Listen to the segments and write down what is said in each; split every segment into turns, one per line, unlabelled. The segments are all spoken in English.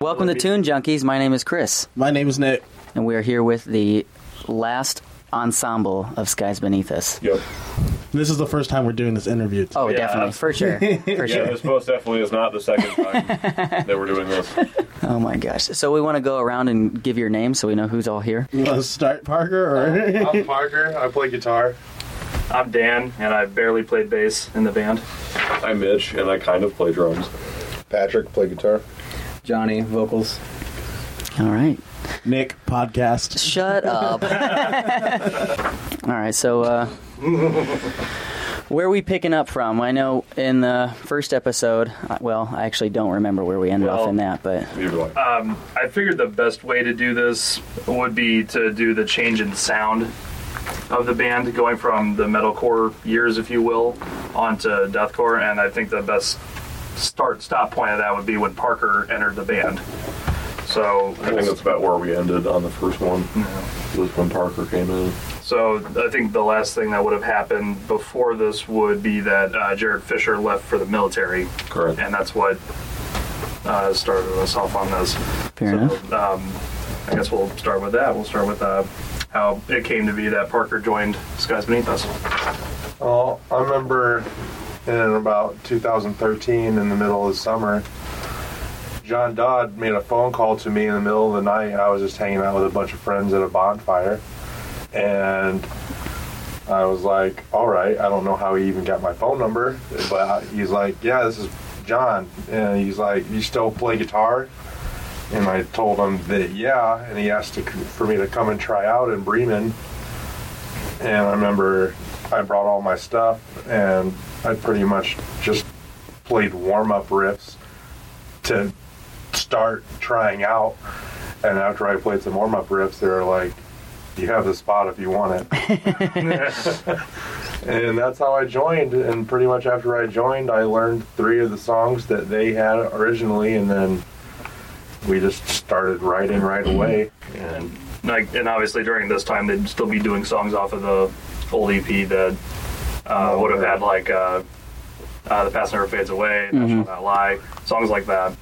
Welcome to Tune Junkies. My name is Chris,
My name is Nick.
and we are here with the last ensemble of Skies Beneath Us.
Yep.
This is the first time we're doing this interview.
Oh,
Yeah.
definitely, for sure, for
Yeah,
sure.
this most definitely is not the second time that we're doing this.
Oh my gosh! So we want to go around and give your name so we know who's all here.
You want to start, Parker? Or
I'm Parker. I play guitar.
I'm Dan, and I barely played bass in the band.
I'm Mitch, and I kind of play drums.
Patrick, play guitar.
Johnny, vocals.
All right.
Nick podcast?
Shut up. All right, so uh, where are we picking up from? I know in the first episode, I- well, I actually don't remember where we ended off
Well,
in that, but
You're like,
I figured the best way to do this would be to do the change in sound of the band, going from the metalcore years, if you will, onto deathcore, and I think the best start stop point of that would be when Parker entered the band. So,
I think that's about where we ended on the first one. Was when Parker came in.
so I think the last thing that would have happened before this would be that uh, Jared Fisher left for the military,
Correct.
and that's what uh, started us off on this.
fair
so,
enough.
Um, I guess we'll start with that. We'll start with uh, how it came to be that Parker joined Skies Beneath Us.
Well, I remember in about 2013, in the middle of the summer, John Dodd made a phone call to me in the middle of the night. I was just hanging out with a bunch of friends at a bonfire, and I was like, "All right, I don't know how he even got my phone number, but he's like, yeah, this is John,' and he's like, you still play guitar?'" And I told him that yeah, and he asked to, for me to come and try out in Bremen. and I remember I brought all my stuff and I pretty much just played warm up riffs to start trying out. And after I played some warm up riffs, they were like, you have the spot if you want it. and that's how I joined. And pretty much after I joined, I learned three of the songs that they had originally. And then we just started writing right away. And
Like, and obviously during this time, they'd still be doing songs off of the old EP that
Oh,
uh, would have had like uh, uh, "The Past Never Fades Away," "Thou
Mm-hmm.
Shalt Not Lie," songs like that.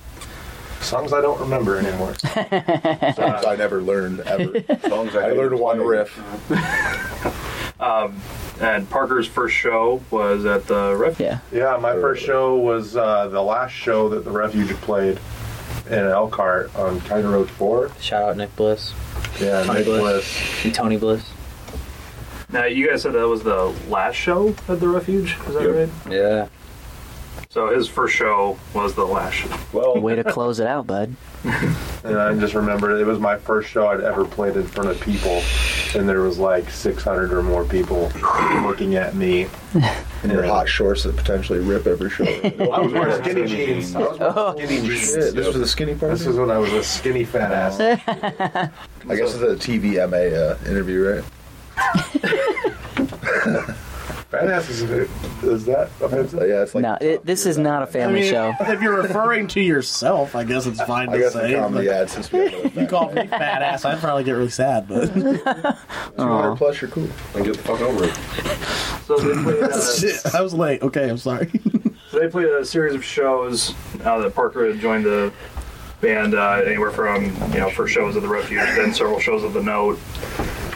songs I don't remember anymore.
Songs uh, I never learned ever.
Songs
I learned one riff.
And Parker's first show was at the Refuge.
Yeah.
Yeah, my first show was uh, the last show that the Refuge had played in Elkhart on County Road 4.
Shout out Nick Bliss
Yeah,
Tony
Nick
Bliss.
Bliss.
and Tony Bliss.
Now, you guys said that was the last show at the Refuge. Is that
Yep.
right?
Yeah.
So his first show was the last show.
Well,
Way to close it out, bud.
And I just remember it was my first show I'd ever played in front of people, and there was like 600 or more people looking at me.
And your hot shorts that potentially rip every shoulder.
I was wearing skinny jeans. I was
Oh,
wearing skinny jeans.
Shit, this was the skinny part.
This is when I was a skinny fat ass.
I guess it's a TVMA uh, interview, right?
Fat ass is, is that offensive?
So, yeah, it's like
no, it, this is not a family show.
if you're referring to yourself, I guess it's fine
I
to
guess
say.
the comedy
but
ad since we have
You call me badass, I'd probably get really sad. But
200 plus, you're cool.
and get the fuck over it.
So they played, uh,
Shit, I was late. Okay, I'm sorry.
they played a series of shows now that Parker had joined the band uh, anywhere from you know first shows at the Refuge, then several shows at the Note.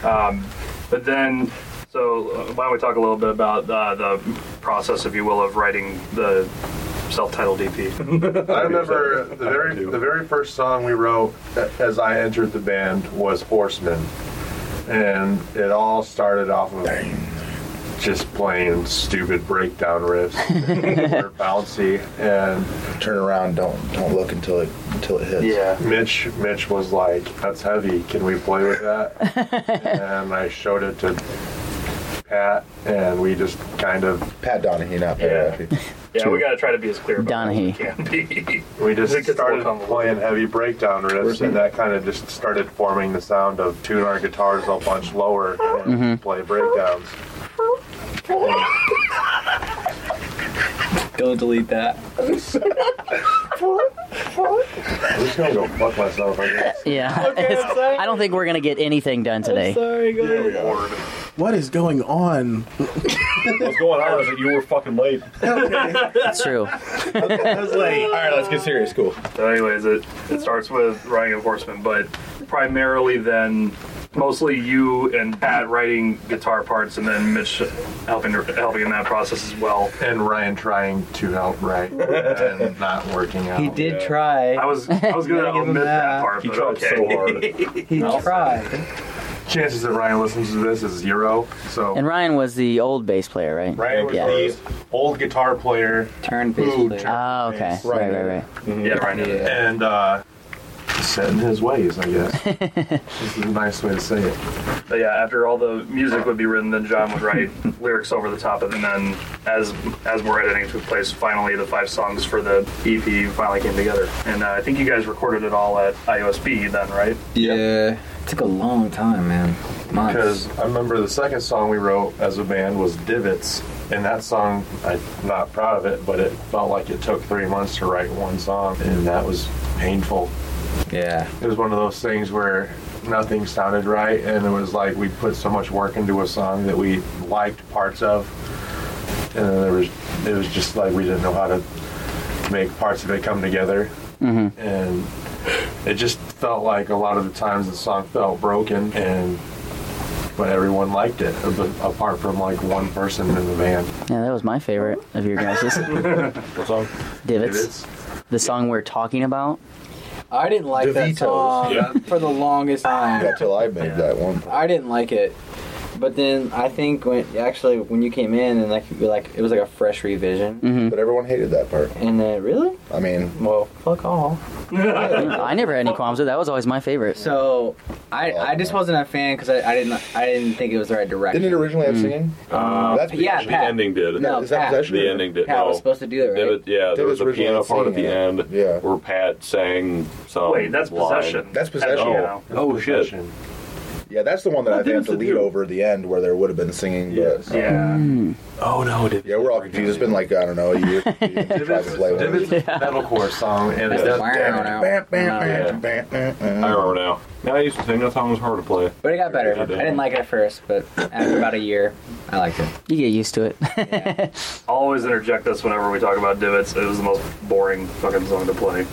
Um, but then, so uh, why don't we talk a little bit about uh, the process, if you will, of writing the self-titled E EP?
I remember the very the very first song we wrote as I entered the band was Horseman, and it all started off of just playing stupid breakdown riffs, They're bouncy, and
Turn around, don't don't look until it until it hits.
Mitch Mitch was like, "That's heavy. Can we play with that?" and I showed it to Pat, and we just kind of
Pat Donahue, not Pat
Yeah.
Raffi.
yeah, we got to try to be as clear about it
Donahue.
as we can be.
We just
It gets more
started
complicated.
playing heavy breakdown riffs, and that kind of just started forming the sound of tune our guitars a bunch lower and
Mm-hmm.
play breakdowns.
Don't delete that.
I'm just gonna go fuck myself, I guess.
Yeah. It's- I don't think we're going to get anything done today.
Sorry,
There
guys.
we are.
What is going on?
What's going on is that you were fucking late.
That's true.
All right, let's get serious. Cool.
So, anyways, it, it starts with riding a horseman, but primarily then mostly you and Pat writing guitar parts, and then Mitch helping helping in that process as well.
And Ryan trying to help right and not working out.
He did try.
I was I was gonna
Gotta give him
omit that
that.
part,
He
but
tried
uh, okay.
so hard.
He tried.
Chances that Ryan listens to this is zero. So
And Ryan was the old bass player, right?
Ryan was
yeah.
the old guitar player
Turn bass
Ooh,
player.
turn-
Oh, okay. Right, right, right.
Yeah, right. now.
Yeah.
and uh, set in his ways, I guess. this is a nice way to say it.
But yeah, after all the music would be written, then John would write lyrics over the top of it, and then as as more editing took place, finally the five songs for the EP finally came together. And uh, I think you guys recorded it all at IOSB then, right?
Yeah. Took a long time, man. Months.
Because I remember the second song we wrote as a band was Divots, and that song, I'm not proud of it, but it felt like it took three months to write one song, and that was painful.
Yeah.
It was one of those things where nothing sounded right, and it was like we put so much work into a song that we liked parts of, and then there was, it was just like we didn't know how to make parts of it come together,
Mm-hmm.
and it just felt like a lot of the times the song felt broken and but everyone liked it ab- apart from like one person in the band
Yeah, that was my favorite of your guys'.
What's on?
Divots.
it's
The song we're talking about.
I didn't like that
DeVito's.
song for the longest time.
Until I made that one.
I didn't like it. But then I think when actually when you came in and like you- like it was like a fresh revision,
But everyone hated that part.
and then really,
I mean,
well, fuck all.
I never had any qualms with it. That was always my favorite.
So I I just wasn't a fan because I, I didn't I didn't think it was the right direction.
didn't it originally have singing? That's
Hmm. yeah,
Possession.
The ending did.
No,
Is that
Pat.
possession?
The ending did.
Pat
No.
was supposed to do it, right?
There was- yeah, there was
David's
a piano
original
part at the
singing,
end
yeah.
where Pat sang some.
Wait, that's
line.
possession.
That's possession.
As you know.
Oh shit!
Yeah, that's the one that I think I
there's
have to
the
lead
dude.
over the end where there would have been singing.
Yes.
But,
Yeah.
Oh no! Did
yeah, we're all confused. It's been like, I don't know, a year. Divots,
Divots is a metalcore song and it
That's the
does,
wire on out.
I remember now. Now I used to think that song was hard to play.
But it got better.
Yeah,
I didn't like it at first, but after about a year, I liked it.
You get used to it.
I'll always interject this whenever we talk about divots. It was the most boring fucking song to play.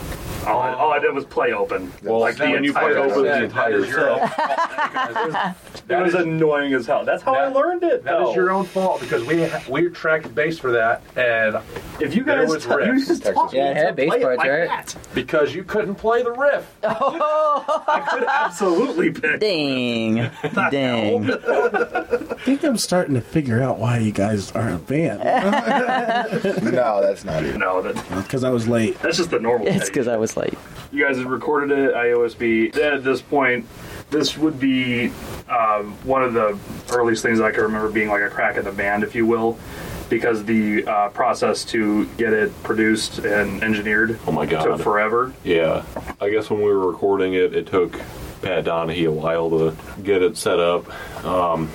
All I, all I did was play open.
Well,
like the
when you play
entire
over
set,
the
that
entire
is your-
set,
It was annoying as hell. That's how I
That-
learned it.
that
though.
is your own fault because we we tracked bass for that and
If you
There
guys,
was
you
riffs.
guys
Texas
taught me
Yeah, it
to
had bass
play it
parts,
like
right?
that,
because you couldn't play the riff
I could absolutely pick.
Dang. Dang.
I think I'm starting to figure out why you guys aren't a band.
No, that's not it.
No, that,
Because I was late.
that's just the normal.
It's
thing.
because I was late.
you guys had recorded it at IOSB. Then at this point, this would be um, one of the earliest things I can remember being like a crack at the band, if you will, because the uh, process to get it produced and engineered
Oh my God.
took forever.
yeah. I guess when we were recording it, it took Pat Donahue a while to get it set up. Um,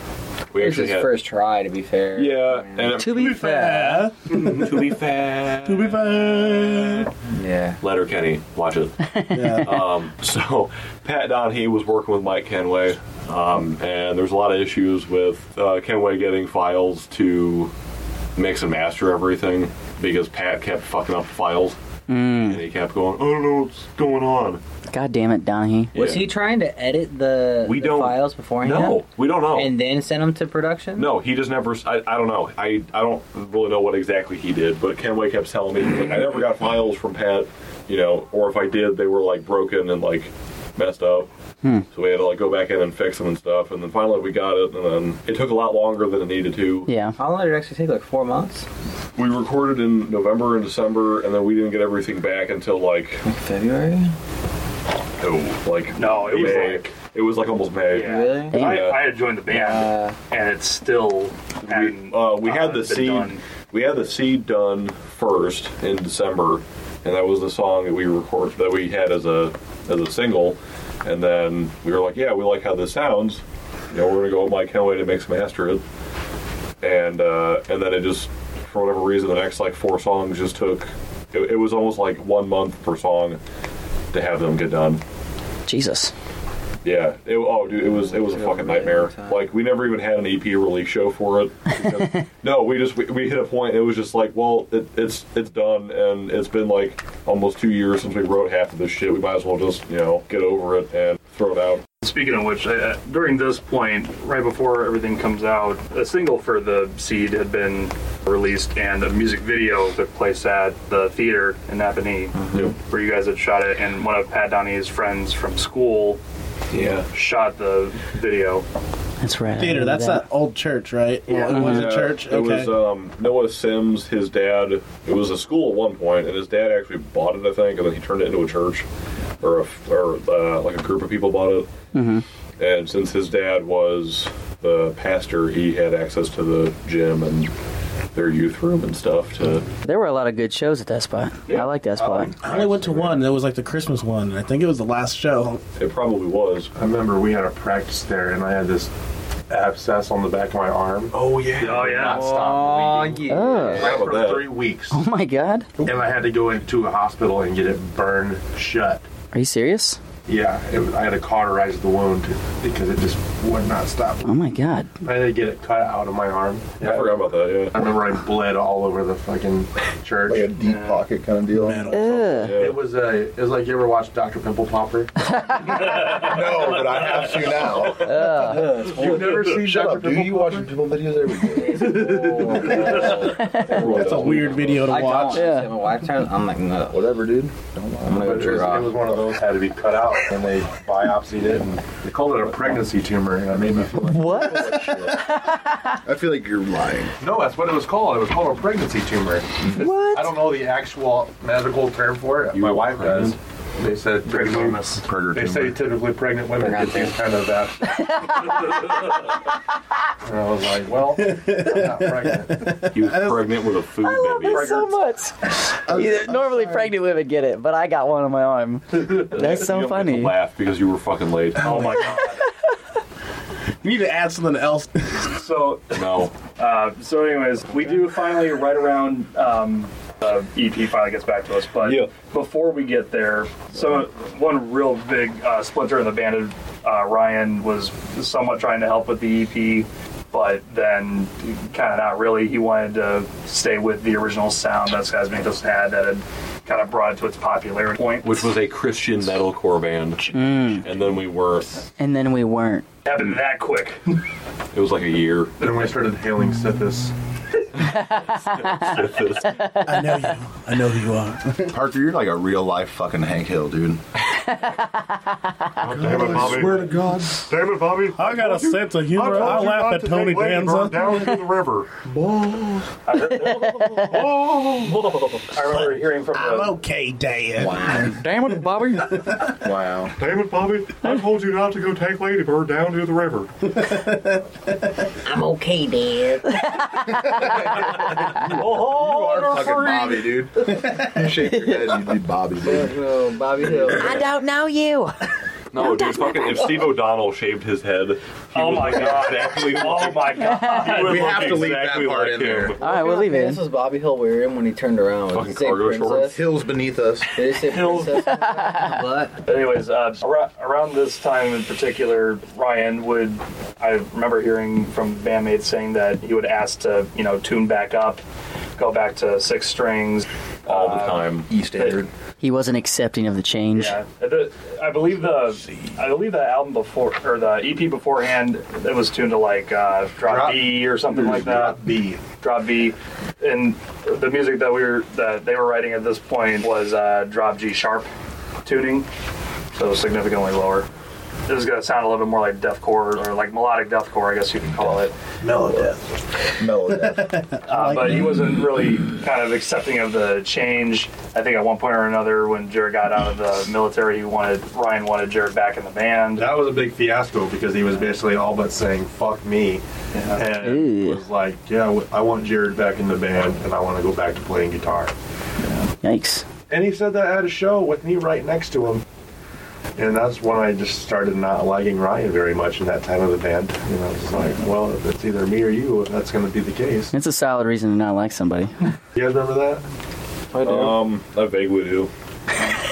we
It was
actually
his
had
first try, to be fair.
yeah, and it-
To be fair.
to be fair,
To be fair.
Yeah.
Letter Kenny, watch it.
Oh,
Yeah.
So Pat Donahue was working with Mike Kenway, um, and there's a lot of issues with uh, Kenway getting files to mix and master everything because Pat kept fucking up the files, and he kept going, "I don't know what's going on."
God damn it, Donahue.
Was
Yeah.
he trying to edit the,
We
the
don't-
files beforehand?
No, we don't know.
And then send them to production?
no, he just never. I, I don't know. I, I don't really know what exactly he did, but Kenway kept telling me like, I never got files from Pat, you know, or if I did, they were like broken and like messed up.
Hmm.
So we had to like go back in and fix them and stuff, and then finally we got it, and then it took a lot longer than it needed to.
Yeah.
How long did it actually take? Like four months?
We recorded in November and December, and then we didn't get everything back until like
Like February?
oh, like
No, it was
May.
like-
it was like almost May.
Yeah.
Really?
Damn.
I, I had joined the band,
Uh,
and it's still.
We, uh, we had the seed. We had the seed done first in December, and that was the song that we record that we had as a as a single, and then we were like, yeah, we like how this sounds. You know, we're gonna go with Mike Kenway to mix and master it, and uh, and then it just for whatever reason the next like four songs just took It, it was almost like one month per song to have them get done.
Jesus.
Yeah. It, oh, dude, it was it was a fucking nightmare. Like we never even had an EP release show for it. because- no, we just we, we hit a point. It was just like, well, it, it's it's done, and it's been like almost two years since we wrote half of this shit. We might as well just you know get over it and throw it out.
Speaking of which, uh, during this point, right before everything comes out, a single for the Seed had been released, and a music video took place at the theater in Napanee, where you guys had shot it, and one of Pat Downey's friends from school
Yeah.
shot the video.
That's right. I
Theater,
remember
that's
that.
that old church, right?
Yeah.
It was
Yeah,
a church?
It
Okay.
was um, Noah Sims. His dad. It was a school at one point, and his dad actually bought it, I think, and then he turned it into a church, or a, or uh, like a group of people bought it. Mm-hmm. And since his dad was the pastor, he had access to the gym and their youth room and stuff. To
There were a lot of good shows at that spot. I like that spot.
I only went to one. That was like the Christmas one. and I think it was the last show.
it probably was.
I remember we had a practice there, and I had this abscess on the back of my arm
Oh yeah.
Oh, yeah.
Oh, yeah.
Oh.
How
for
about that?
three weeks,
oh my God.
and I had to go into a hospital and get it burned shut.
Are you serious?
Yeah, it was, I had to cauterize the wound because it just would not stop.
Oh my God.
I had to get it cut out of my arm. Yeah,
I forgot about that.
I remember I bled all over the fucking church.
Like a deep pocket kind of deal.
Man,
Ugh.
Yeah. yeah.
It was a. It was like you ever watched Doctor Pimple Popper?
No, but I have to now.
You've never seen
Shut
Dr.
up, Oh, dude. You watch people videos every day.
Everyone
That's a
does.
weird video to
I
watch.
don't.
Yeah.
Yeah. My wife turns. I'm like, no.
Whatever, dude. Don't
I'm
mind.
gonna
But
go
it was,
jerk
it was
off.
one of those had to be cut out, and they biopsied it, and they called it a pregnancy tumor, and it made me feel like
What?
I feel like you're lying.
no, that's what it was called. It was called a pregnancy tumor. I
What?
don't know the actual medical term for it. My wife does. They said typically,
Predator
they say typically pregnant women get these kind of abscesses. and I was like, well, I'm not pregnant.
He was pregnant with a food baby.
That's so much. Either- normally pregnant women get it, but I got one on my arm. That's
You
so
don't get to
funny.
Laugh because you were fucking late. Oh my god.
You need to add something else.
So,
No.
uh, so anyways, we do finally right around um, uh, EP finally gets back to us, but
Yeah.
before we get there, so one real big uh, splinter in the band, uh, Ryan was somewhat trying to help with the EP, but then kind of not really. He wanted to stay with the original sound that Skysmathos had that had kind of brought it to its popularity point.
which was a Christian metalcore band,
Mm.
and then we weren't.
And then we weren't.
happened that quick.
It was like a year.
Then we started hailing Sithis.
I know you. I know who you are.
Parker, you're like a real life fucking Hank Hill, dude.
Damn it, Bobby.
to God.
Damn it, Bobby.
I got a sense of humor. I laugh at Tony Danza.
Down to the river.
I remember hearing from the
I'm okay, Dad.
Damn it, Bobby.
Wow.
Damn it, Bobby. I told you not to go take Ladybird down to the river.
I'm okay, Dad.
You
Oh,
are fucking Bobby, dude. you shake your head, you'd be Bobby, dude.
Oh, Bobby Hill.
I don't know you.
No, dude, fucking, if Steve O'Donnell shaved his head, he
Oh
would
my
look
God.
exactly.
Oh my god!
we
have to leave that part in there.
All right, we'll leave it.
This
in.
was Bobby Hill we were in when he turned around.
Fucking
Did it say
cargo shorts.
princess?
Hills beneath us.
Did it say
Hills.
princess? on the butt?
Anyways, uh, ar- around this time in particular, Ryan would. I remember hearing from bandmates saying that he would ask to, you know, tune back up, go back to six strings.
all the time.
E standard.
He wasn't accepting of the change.
Yeah, the, I believe the I believe the album before or the EP beforehand it was tuned to like uh, drop,
Drop- Mm-hmm.
B or something like that.
B.
drop B, and the music that we were that they were writing at this point was uh, drop G sharp tuning, so significantly lower. It was gonna sound a little bit more like deathcore or like melodic deathcore, I guess you could call it.
Melodeath.
Mellow death.
Uh, but he wasn't really kind of accepting of the change. I think at one point or another, when Jared got out of the military, he wanted Ryan wanted Jared back in the band.
That was a big fiasco because he was basically all but saying "fuck me," and
Ooh.
was like, "Yeah, w- I want Jared back in the band, and I want to go back to playing guitar."
Yikes.
And he said that at a show with me right next to him. And that's when I just started not liking Ryan very much in that time of the band. You know, it's like, well, if it's either me or you, that's going to be the case.
It's a solid reason to not like somebody.
You guys remember that?
I do.
Um, I vaguely do.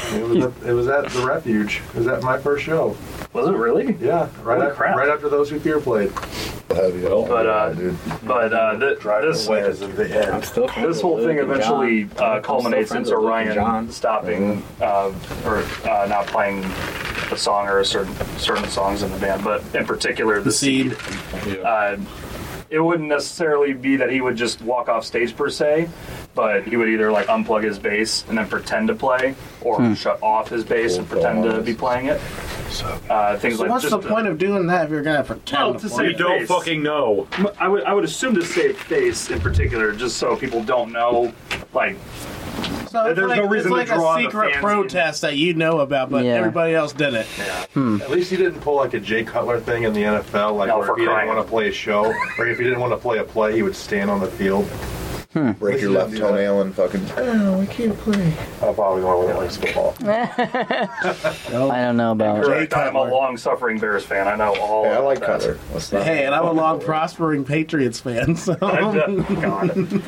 It was, at, it was at the Refuge. It was at my first show.
Was it really?
Yeah,
Holy
right after
crap.
right after those who fear played.
Heavy.
Well,
But uh,
dude.
but uh, th-
Driving
this
away is at the
I'm
end.
still friends
this whole
with
thing
Luke and John.
eventually uh,
I'm still
culminates
friends
into
with Luke and
Ryan
John.
stopping uh, or uh, not playing a song or a certain certain songs in the band, but in particular the, seed. Uh, it wouldn't necessarily be that he would just walk off stage per se, but he would either like unplug his bass and then pretend to play, or shut off his bass and
Full
pretend to
blast.
be playing it. Uh, things like
What's
just
the point of doing that if you're gonna
Well,
pretend?
to
to
say-
play?
You don't
Face.
fucking know.
I would I would assume to save face in particular, just so people don't know, like
so it's
there's
like,
no reason to
it's like
draw
a
the
secret
fancy-
protest that you know about, but
Yeah.
everybody else didn't.
At least he didn't pull like a Jay Cutler thing in the NFL, like
No,
where
for
if he didn't
crying.
want to play a show or if he didn't want to play a play, he would stand on the field.
Break your left toenail and fucking. Oh, we can't play.
I'll probably want to win likes football.
Oh.
I don't know about.
Correct. I'm a
Cutler.
long suffering Bears fan. I know all.
Hey, I
about
like
that.
Cutler. Let's not-
Hey, and I'm a long prospering Patriots fan, so
God.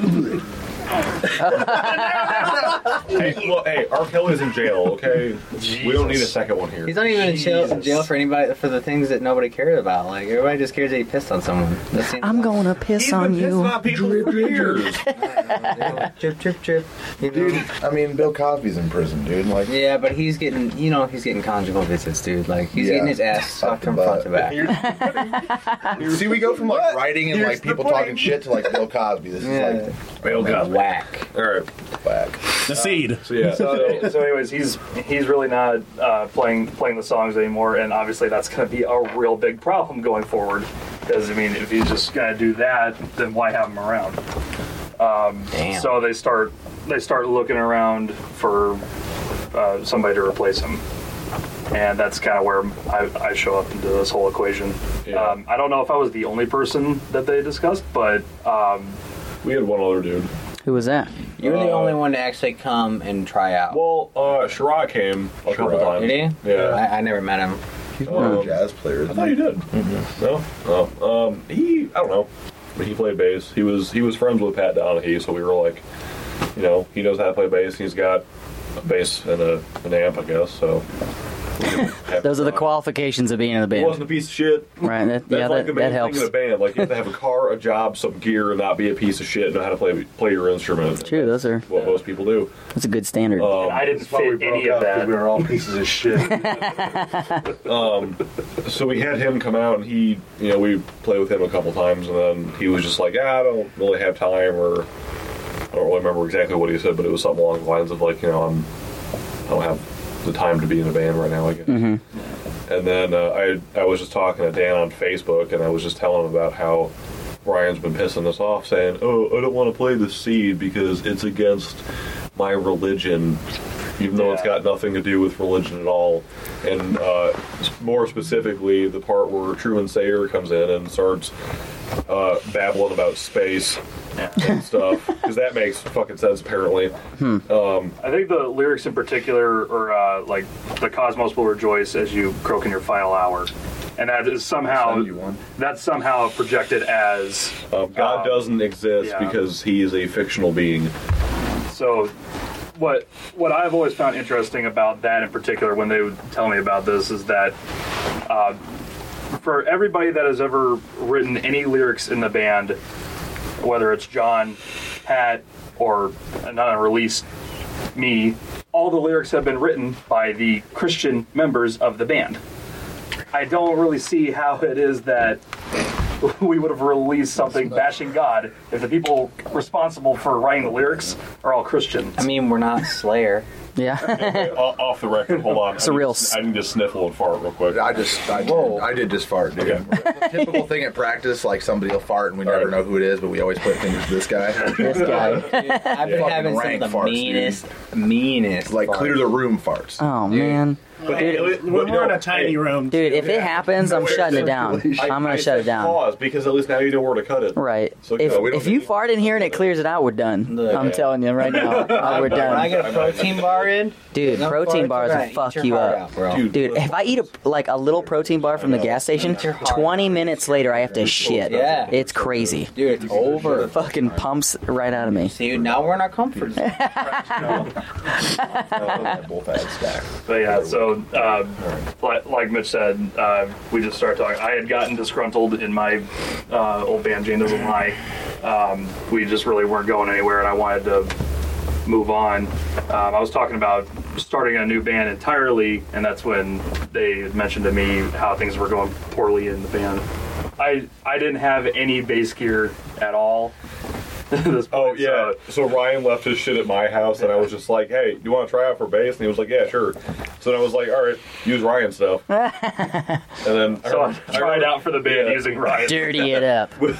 Hey, well, hey, R. Kelly's in jail. Okay, we don't need a second one here.
He's not even in jail,
Jesus.
jail for anybody for the things that nobody cared about. Like everybody just cares that he pissed on someone. That seems
I'm going to piss
He's
on
been pissing
you.
on people for years.
trip, trip, trip. You know?
dude. I mean, Bill Cosby's in prison, dude. Like,
Yeah, but he's getting, you know, he's getting conjugal visits, dude. Like he's
Yeah.
getting his ass sucked
the
from front
butt.
to back.
see, we go from like writing and
Here's
like
the
people
point.
talking shit to like Bill Cosby. This
Yeah.
is
Bill
Like,
Cosby.
whack.
All right.
like whack.
the seed.
So yeah. So,
So, anyways, he's he's really not uh, playing playing the songs anymore, and obviously that's going to be a real big problem going forward. Because I mean, if he's just going to do that, then why have him around?
Damn.
So they start they start looking around for uh, somebody to replace him, and that's kind of where I, I show up into this whole equation.
Yeah.
Um, I don't know if I was the only person that they discussed, but um,
we had one other dude.
Who was that?
You're the
Uh,
only one to actually come and try out.
Well, uh, Sherrod came a couple
Sherrod.
times.
Did he?
Yeah.
I, I never met him.
He's one of
Um,
the jazz players.
I thought you did. Mm-hmm. No. Oh. Um. He. I don't know. But he played bass. He was. He was friends with Pat Donahue, so we were like, you know, he knows how to play bass. He's got a bass and a an amp, I guess. So.
Those are the qualifications of being in the
He
band,
wasn't a piece of shit.
right? That,
That's
yeah, that,
like the main
that helps.
thing in a band. Like you have to have a car, a job, some gear, and not be a piece of shit. And know how to play play your instrument.
True, those are
What most people do.
that's a good standard.
Oh. Um,
and I didn't
That's why we
fit
broke
any of
up, 'cause
that.
We were all pieces of shit.
So we had him come out, and he, you know, we played with him a couple times, and then he was just like, ah, I don't really have time, or I don't really remember exactly what he said, but it was something along the lines of like, you know, I'm, I don't have the time to be in a band right now, I guess. And then uh, I, I was just talking to Dan on Facebook, and I was just telling him about how Ryan's been pissing us off, saying, "Oh, I don't want to play the seed because it's against my religion." Even though it's got nothing to do with religion at all, and uh, s- more specifically, the part where Truman Sayer comes in and starts uh, babbling about space and stuff, because that makes fucking sense apparently.
I think the lyrics in particular are uh, like the cosmos will rejoice as you croak in your final hour, and that is somehow
Send you one.
that's somehow projected as
Um, God doesn't exist
yeah.
because he is a fictional being.
So, what what I've always found interesting about that in particular, when they would tell me about this, is that uh, for everybody that has ever written any lyrics in the band, whether it's John, Pat, or an unreleased me, all the lyrics have been written by the Christian members of the band. I don't really see how it is that we would have released something bashing God if the people responsible for writing the lyrics are all Christians.
I mean, we're not Slayer.
yeah,
Wait, o- off the record, hold on. It's
a real s-
I need to sniffle and fart real quick.
I just, I
Whoa.
did, I did just fart, dude.
Okay.
Typical thing at practice, like somebody will fart and we never
Alright.
know who it is, but we always put fingers to this guy.
this guy.
I've been
Fucking
having some
rank
of the
farts, dude.
meanest, meanest.
Like clear
farts.
the room farts.
Oh man,
But
Dude,
at least-
We're,
but,
we're in
no,
a tiny
hey,
room.
Dude, if it happens, I'm shutting it down.
circulation.
I'm
I
gonna shut
said
it down.
Pause, because at least now you know where to cut it.
Right.
So,
if
no, we don't
if you
need-
fart in here and it clears it out, we're done.
Look,
I'm
yeah.
telling you right now, Uh, we're
When I
done.
get a protein bar in,
Dude,
no
protein
farts
bars
tonight.
will
Eat
fuck
your
you
heart
up.
out, bro.
Dude.
Dude, if I eat a like a little protein bar from the gas station,
Eat your heart.
20 minutes later I have to shit.
Yeah.
It's crazy.
Dude, it's over.
Fucking pumps right out of me.
See, now we're in our comfort zone.
Both had stack.
But yeah, so uh, like, like Mitch said, uh, we just started talking. I had gotten disgruntled in my uh, old band, Jane Doesn't Lie. Um, we just really weren't going anywhere, and I wanted to move on. Um, I was talking about starting a new band entirely, and that's when they mentioned to me how things were going poorly in the band. I I didn't have any bass gear at all. at this
Oh
point,
yeah.
so-
So Ryan left his shit at my house, and I was just like, "Hey, you want to try out for bass?" And he was like, "Yeah, sure." So then I was like, "All right, use Ryan's stuff." and then
so I
remember-
tried out for the band
Yeah.
using Riot.
Dirty it up.
because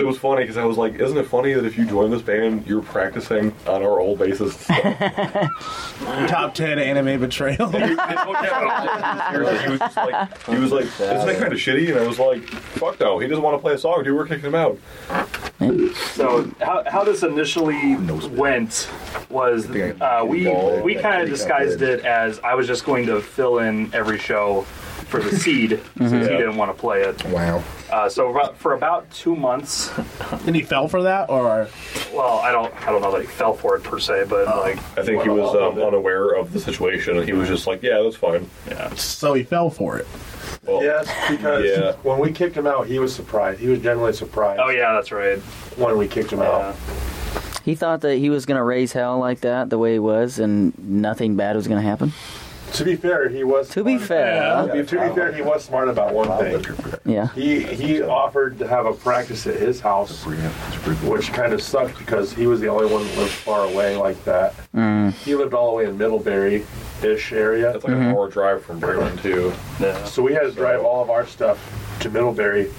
it was funny because I was like, "Isn't it funny that if you join this band, you're practicing on our old bassist stuff?"
Top 10 anime betrayal.
he, was just like, he was like, "Isn't that kind of shitty?" And I was like, "Fuck no, he doesn't want to play a song, dude. We're kicking him out."
So how, how this initially went was uh, we we kind of disguised it as I was just going to fill in every show for the seed since he
Yeah.
didn't want to play it.
Wow.
Uh, so about, for about two months,
and he fell for that, or
well, I don't I don't know that he fell for it per se, but like
I think he was um, unaware of the situation, and he was just like, "Yeah, that's fine."
so he fell for it.
Well,
Yes, because
Yeah.
when we kicked him out, he was surprised. He was generally surprised
oh yeah, that's right.
when we kicked him
Uh,
out.
He thought that he was gonna raise hell like that, the way he was, and nothing bad was gonna happen.
To be fair, he was.
To be
smart.
fair,
Yeah, to be fair, he was smart about one thing.
yeah.
He he offered to have a practice at his house, which kind of sucked because he was the only one that lived far away like that.
Mm.
He lived all the way in Middlebury ish area.
That's like
Mm-hmm.
an hour drive from Bremen too.
yeah.
So we had to drive all of our stuff to Middlebury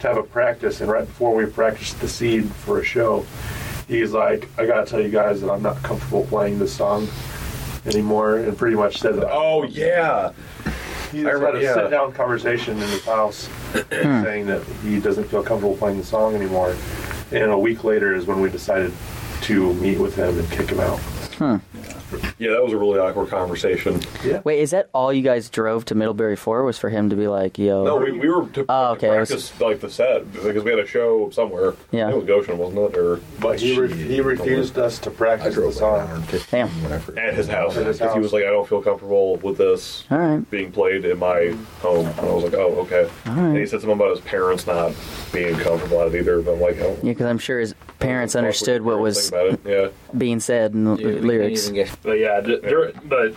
to have a practice, and right before we practiced the seed for a show, he's like, "I gotta tell you guys that I'm not comfortable playing this song anymore," and pretty much said that.
Oh yeah.
he
I
just had
remember-
a
yeah.
sit-down conversation in his house, saying that he doesn't feel comfortable playing the song anymore. And a week later is when we decided to meet with him and kick him out.
Yeah, that was a really awkward conversation.
Wait, is that all you guys drove to Middlebury for? Was for him to be like, yo?
No, we, we were to
Oh, okay, I was-
practice like the set because we had a show somewhere.
Yeah.
it was Goshen, wasn't it? Or
But he re-
Shit.
he refused us to
I
practice the
drove like an hour
song.
and fifteen
Damn.
when I first-
at his house
At his
because he was
house.
like, I don't feel comfortable with this
All right.
being played in my home. And I was like, oh, okay. And he said something about his parents not being comfortable at it either. But I'm like, oh.
Yeah, because I'm sure his parents
Awkward
understood what was
parent thing about it.
being said in the
Dude, we couldn't
lyrics.
even get-
But yeah, d- dur- but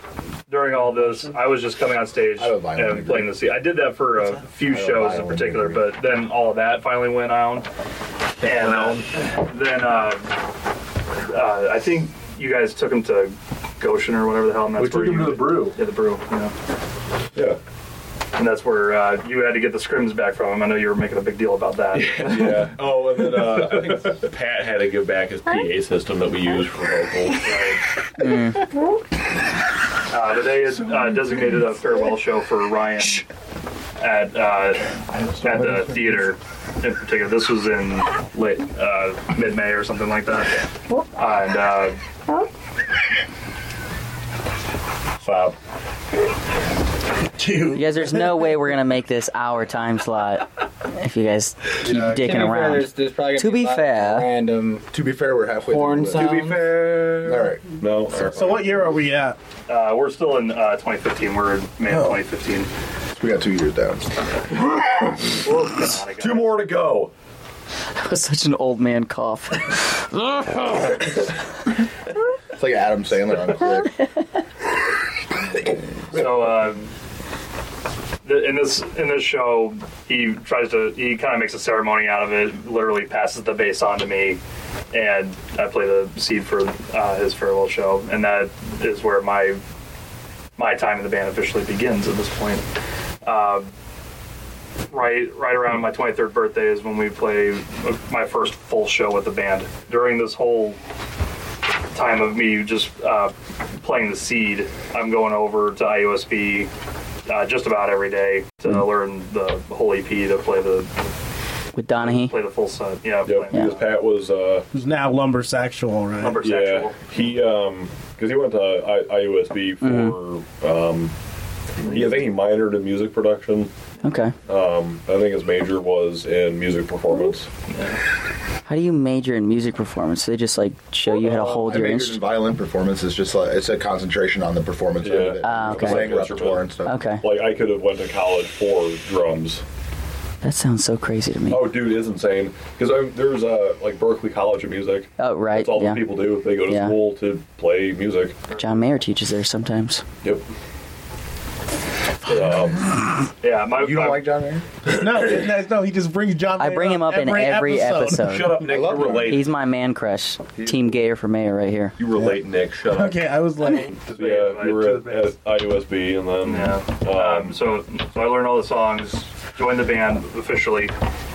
during all this, I was just coming on stage
I would violently
and playing the scene. I did that for a few
would
shows in
violently
particular,
agree.
but then all of that finally went on, and uh, then uh, uh, I think you guys took him to Goshen or whatever the hell. And that's
We took
where
him
you,
to the brew.
Yeah, the brew. Yeah.
Yeah,
And that's where uh, you had to get the scrims back from him. I know you were making a big deal about that.
yeah, yeah. Oh, and then uh, I think Pat had to give back his PA system that we use for vocals.
Uh, but they had uh, designated a farewell show for Ryan at uh, at the theater in particular. This was in late uh, mid May or something like that. And uh,
Stop.
You guys, there's no way we're gonna make this hour time slot if you guys keep dicking
To be fair,
around.
there's, there's probably gonna
To be
lots of
fair-
random
To be fair, we're halfway
porn
through.
sounds.
All right.
No.
So what year are we at?
uh, we're still in uh, 2015. We're in May of 2015.
We got two years down.
Two more to go.
that was such an old man cough.
It's like Adam Sandler on Click.
So, uh, th- in this in this show, he tries to he kind of makes a ceremony out of it. Literally passes the bass on to me, and I play the seed for uh, his farewell show, and that is where my my time in the band officially begins. At this point, Um right right around my 23rd birthday is when we play my first full show with the band. During this whole time of me just uh, playing the seed, I'm going over to IUSB uh, just about every day to learn the whole EP to play the
with Donahue.
play the full set. Yeah,
Yep,
playing,
because Pat was uh,
Who's now lumber sexual, right?
number
yeah
sexual.
he um because he went to I- IUSB for
Mm-hmm.
um he, I think he minored in music production.
Okay.
I think his major was in music performance.
How do you major in music performance? They just like show you how to
Uh,
hold
I
your
majored in
instrument.
violin performance is just like it's a concentration on the performance end of
Yeah.
it.
Ah, okay.
Playing repertoire and stuff.
Okay,
Like I could have went to college for drums.
that sounds so crazy to me.
Oh, dude, it's insane. Because there's uh, like Berkeley College of Music.
Oh, right,
That's all
yeah.
the people do. They go to
Yeah.
school to play music.
John Mayer teaches there sometimes.
Yep. Um,
Yeah, my,
You don't
my-
like John Mayer?
No, no, no, he just brings John.
I
Mayer
bring him up in every episode.
shut up, Nick. You
love her.
relate.
He's my man crush. Team Gayer for Mayer right here.
you relate, Nick. Shut up.
Okay, I was like,
So, yeah, you were at, at IUSB, and then
Yeah. Um, so, so I learned all the songs, joined the band officially,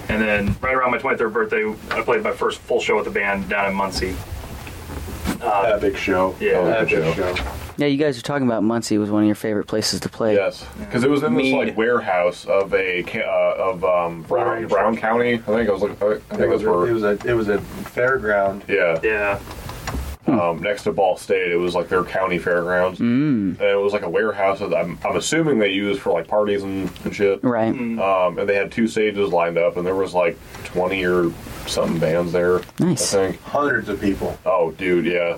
and then right around my 23rd birthday, I played my first full show with the band down in Muncie.
That big show.
Yeah,
that
good
big
Oh, show.
show.
Yeah, you guys were talking about Muncie was one of your favorite places to play.
Yes, because it was in this like warehouse of a ca- uh, of um, Brown,
Orange.
Brown County. I think I was looking. I think
It
it was
was, a, it
for
was a it was a fairground.
yeah.
Yeah.
um, next to Ball State. It was like their county fairgrounds, mm. and it was like a warehouse. That I'm, I'm assuming they used for like parties and, and shit.
Right.
Um, and they had two stages lined up, and there was like 20 or something bands there.
Nice.
I think.
Hundreds of people.
Oh, dude, yeah,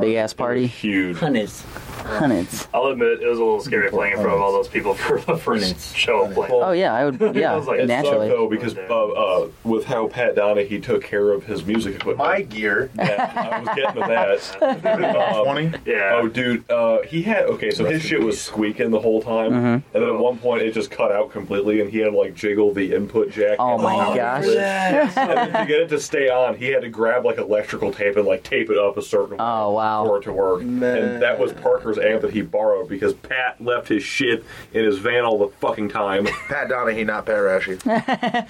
Big ass party.
huge.
Hunnies.
Hundreds.
I'll admit it was a little scary playing in front of all those people for the
Minutes.
first show playing.
Oh yeah, I would. Yeah,
was like-
It
naturally.
sucked though because uh, uh, with how Pat Donahue took care of his music equipment,
My gear.
yeah, I was getting to that. Um,
Twenty.
Yeah.
Oh, dude, uh, he had okay. So his shit was squeaking the whole time,
Mm-hmm.
and then at one point it just cut out completely, and he had to like jiggle the input jack.
Oh
and,
my
like,
gosh.
and then to get it to stay on, he had to grab like electrical tape and like tape it up a certain
Oh,
way
wow.
for it to work. And that was Parker's amp that he borrowed because Pat left his shit in his van all the fucking time.
Pat Donahue, not Pat Rashi.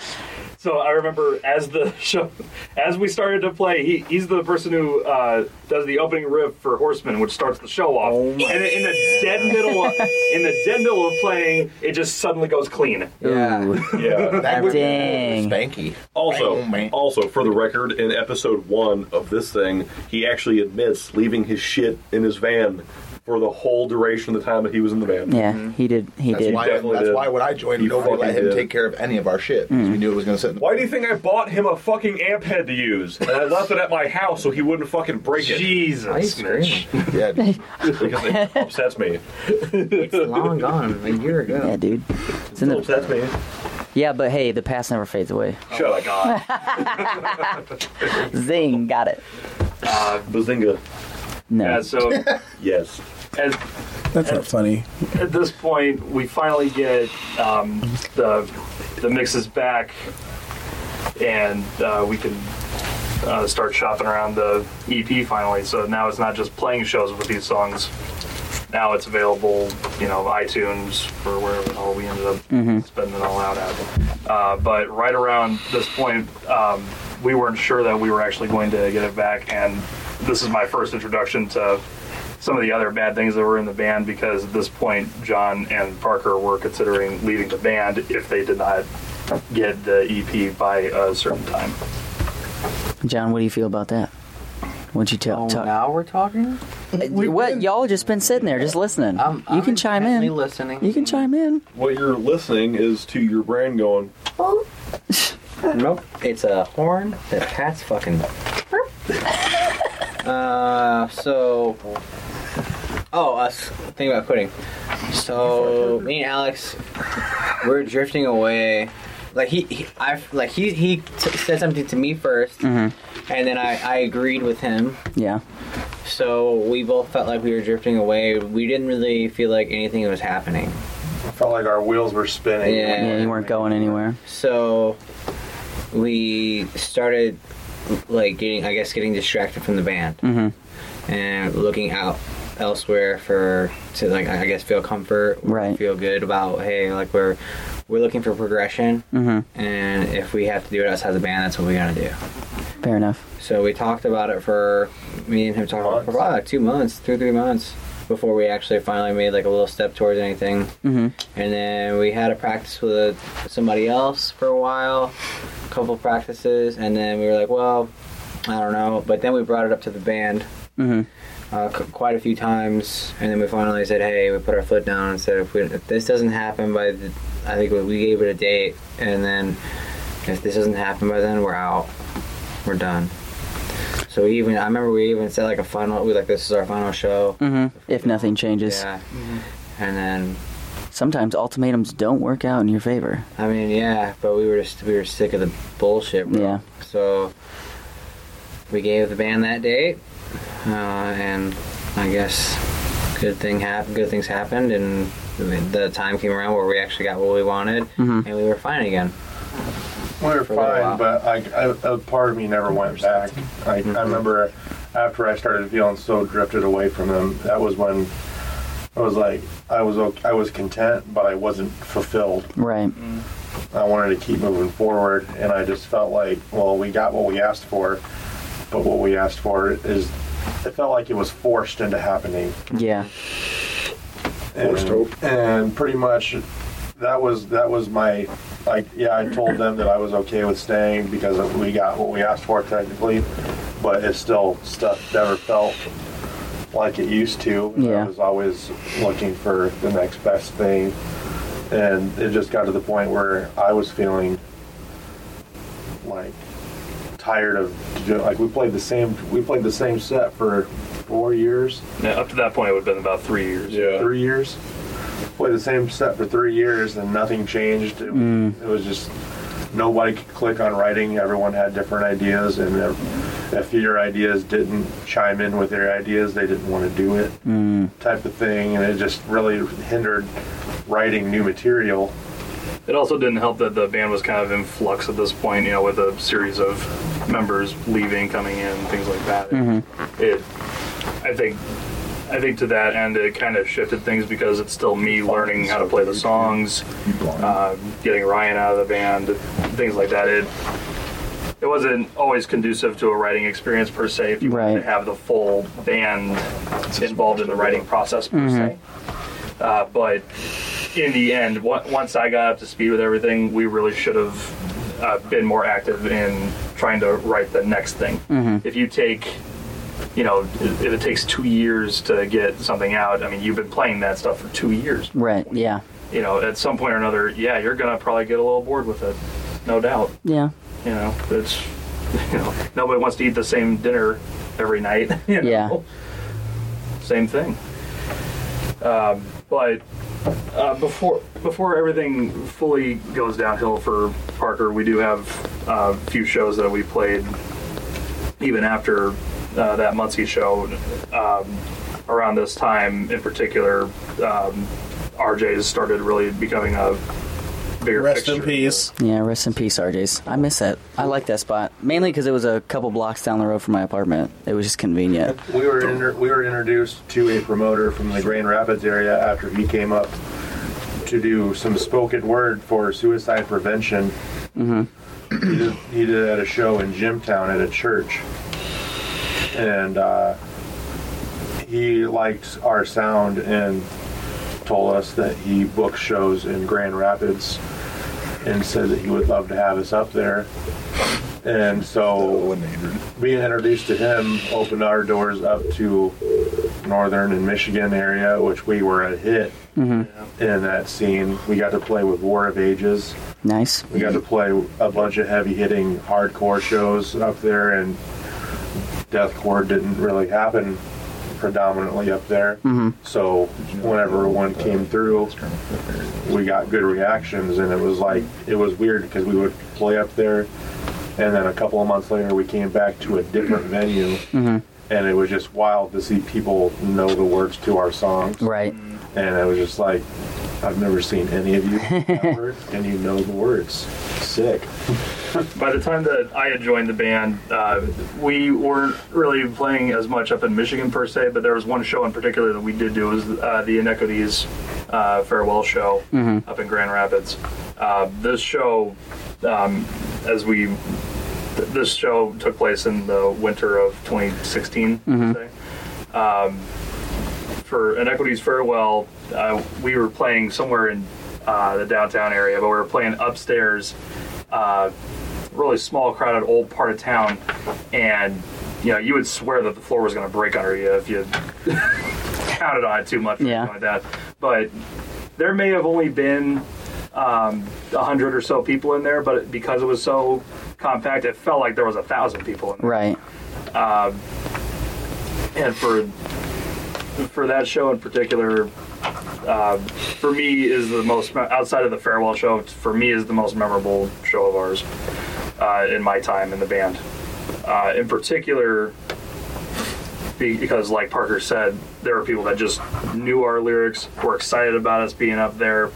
So I remember as the show, as we started to play, he, he's the person who uh, does the opening riff for Horseman, which starts the show off.
Oh
and in the dead middle, of, in the dead middle of playing, it just suddenly goes clean.
Yeah.
yeah.
That was
Dang.
Spanky.
Also,
Oh, man.
also for the record, in episode one of this thing, he actually admits leaving his shit in his van for the whole duration of the time that he was in the van.
Yeah, he did. He
That's
did.
why.
definitely
That's
did.
why when I joined,
You
nobody let
fucking
him
did.
take care of any of our shit. 'cause
Mm.
We knew it was going to sit. in the
Why do you think I bought him a fucking amp head to use? And I left it at my house so he wouldn't fucking break it.
Jesus, Mitch.
Yeah. dude.
Because it upsets me.
It's long gone. A year ago.
Yeah, dude. It's in
It
the,
upsets me.
yeah, but hey, the past never fades away.
Shut up. God.
Zing, got it.
Bazinga.
No.
Yeah, so
Yes.
as,
that's not funny.
at this point, we finally get um, the the mixes back, and uh, we can uh, start shopping around the EP finally. So now it's not just playing shows with these songs. Now it's available, you know, iTunes or wherever the hell we ended up spending it all out at. Uh, but right around this point, um, we weren't sure that we were actually going to get it back, and this is my first introduction to some of the other bad things that were in the band because at this point John and Parker were considering leaving the band if they did not get the EP by a certain time.
John, what do you feel about that? What'd you tell?
Oh,
tell-
now we're talking.
what y'all just been sitting there just listening?
I'm,
you
I'm
can chime
intently
in.
Listening.
You can chime in.
What you're listening is to your brain going,
Nope. It's a horn that Pat's fucking. uh, so. Oh, us. Think about quitting. So me and Alex, we're drifting away. Like he, he I like he he t- said something to me 1st
Mm-hmm.
and then I I agreed with him.
Yeah.
So we both felt like we were drifting away. We didn't really feel like anything was happening.
I felt like our wheels were spinning.
Yeah.
Yeah, you weren't going anywhere.
So we started like getting, I guess, getting distracted from the band and looking out elsewhere for to like, I guess, feel comfort, or
Right.
Feel good about hey, like we're we're looking for progression,
Mm-hmm.
and if we have to do it outside the band, that's what we gotta do.
Fair enough.
So we talked about it for me and him talking about for
Months.
about like two months, two or three months before we actually finally made like a little step towards anything.
Mhm.
And then we had a practice with somebody else for a while, a couple practices, and then we were like, well, I don't know. But then we brought it up to the band
Mhm.
Mm-hmm.
uh, c- quite a few times, and then we finally said, "Hey, we put our foot down and said if, we, if this doesn't happen by the, I think we- we gave it a date, and then if this doesn't happen by then, we're out, we're done." So we even I remember we even said like a final, we like this is our final show,
Mhm.
Mm-hmm.
If nothing changes,
yeah, and then
sometimes ultimatums don't work out in your favor.
I mean yeah, but we were just we were sick of the bullshit, bro.
Yeah.
So we gave the band that date, uh, and I guess good thing happened. Good things happened, and the time came around where we actually got what we wanted,
Mhm.
and we were fine again.
We were
For
fine,
a little while. Mm-hmm.
but I, I, a part of me never went back. I, I remember after I started feeling so drifted away from them, that was when I was like, I was okay, I was content, but I wasn't fulfilled.
Right.
I wanted to keep moving forward, and I just felt like, well, we got what we asked for, but what we asked for is, it felt like it was forced into happening.
Yeah.
Forced hope. And pretty much, that was that was my, like, yeah, I told them that I was okay with staying because we got what we asked for technically, but it's still stuff never felt like it used to. And
Yeah.
I was always looking for the next best thing, and it just got to the point where I was feeling like tired of like we played the same we played the same set for four years
Yeah, up to that point, it would have been about three years.
Yeah.
three years. Played the same set for three years and nothing changed. It, it was just nobody could click on writing. Everyone had different ideas, and if, if your ideas didn't chime in with their ideas, they didn't want to do it, type of thing. And it just really hindered writing new material.
It also didn't help that the band was kind of in flux at this point, you know, with a series of members leaving, coming in, things like that. It, I think, I think to that end, it kind of shifted things because it's still me learning how to play the songs, uh, getting Ryan out of the band, things like that. It, it wasn't always conducive to a writing experience per se. If you wanted to
Right.
have the full band involved in the writing process per se. Uh, but in the end, on- once I got up to speed with everything, we really should have uh, been more active in trying to write the next thing. If you take, you know, if it takes two years to get something out, I mean, you've been playing that stuff for two years.
Right. Yeah.
You know, at some point or another, yeah, you're gonna probably get a little bored with it, no doubt.
Yeah.
You know, it's, you know, nobody wants to eat the same dinner every night. You know?
Yeah.
Same thing. Um, but uh, before before everything fully goes downhill for Parker, we do have uh, a few shows that we played even after uh, that Muncie show. Um, around this time, in particular, um, RJ's started really becoming a bigger
Rest in
fixture.
peace.
Yeah. Rest in peace, RJ's. I miss that. I like that spot mainly because it was a couple blocks down the road from my apartment. It was just convenient.
We were inter- we were introduced to a promoter from the Grand Rapids area after he came up to do some spoken word for suicide prevention. He, did, he did it at a show in Jimtown at a church, and uh, he liked our sound and told us that he books shows in Grand Rapids and said that he would love to have us up there. And so being introduced to him opened our doors up to northern and michigan area which we were a hit in that scene we got to play with war of ages
Nice.
we got to play a bunch of heavy hitting hardcore shows up there and deathcore didn't really happen predominantly up there so whenever one came through we got good reactions and it was like it was weird because we would play up there and then a couple of months later we came back to a different venue and it was just wild to see people know the words to our songs
Right.
and I was just like, I've never seen any of you ever, and you know the words. Sick.
by the time that I had joined the band, uh, we weren't really playing as much up in Michigan per se, but there was one show in particular that we did do. It was uh, the Inequities uh, farewell show up in Grand Rapids. Uh, this show, um, as we th- this show took place in the winter of 2016. I'd say. Um, for Inequities Farewell, uh, we were playing somewhere in uh, the downtown area, but we were playing upstairs, uh, really small, crowded old part of town, and you know you would swear that the floor was going to break under you if you counted on it too much or
Yeah.
anything like that. But there may have only been um, 100 or so people in there, but because it was so compact, it felt like there was a thousand people in there.
Right.
And for for that show in particular, uh, for me is the most outside of the farewell show. For me is the most memorable show of ours uh, in my time in the band. Uh, in particular, be- because like Parker said, there were people that just knew our lyrics, were excited about us being up there,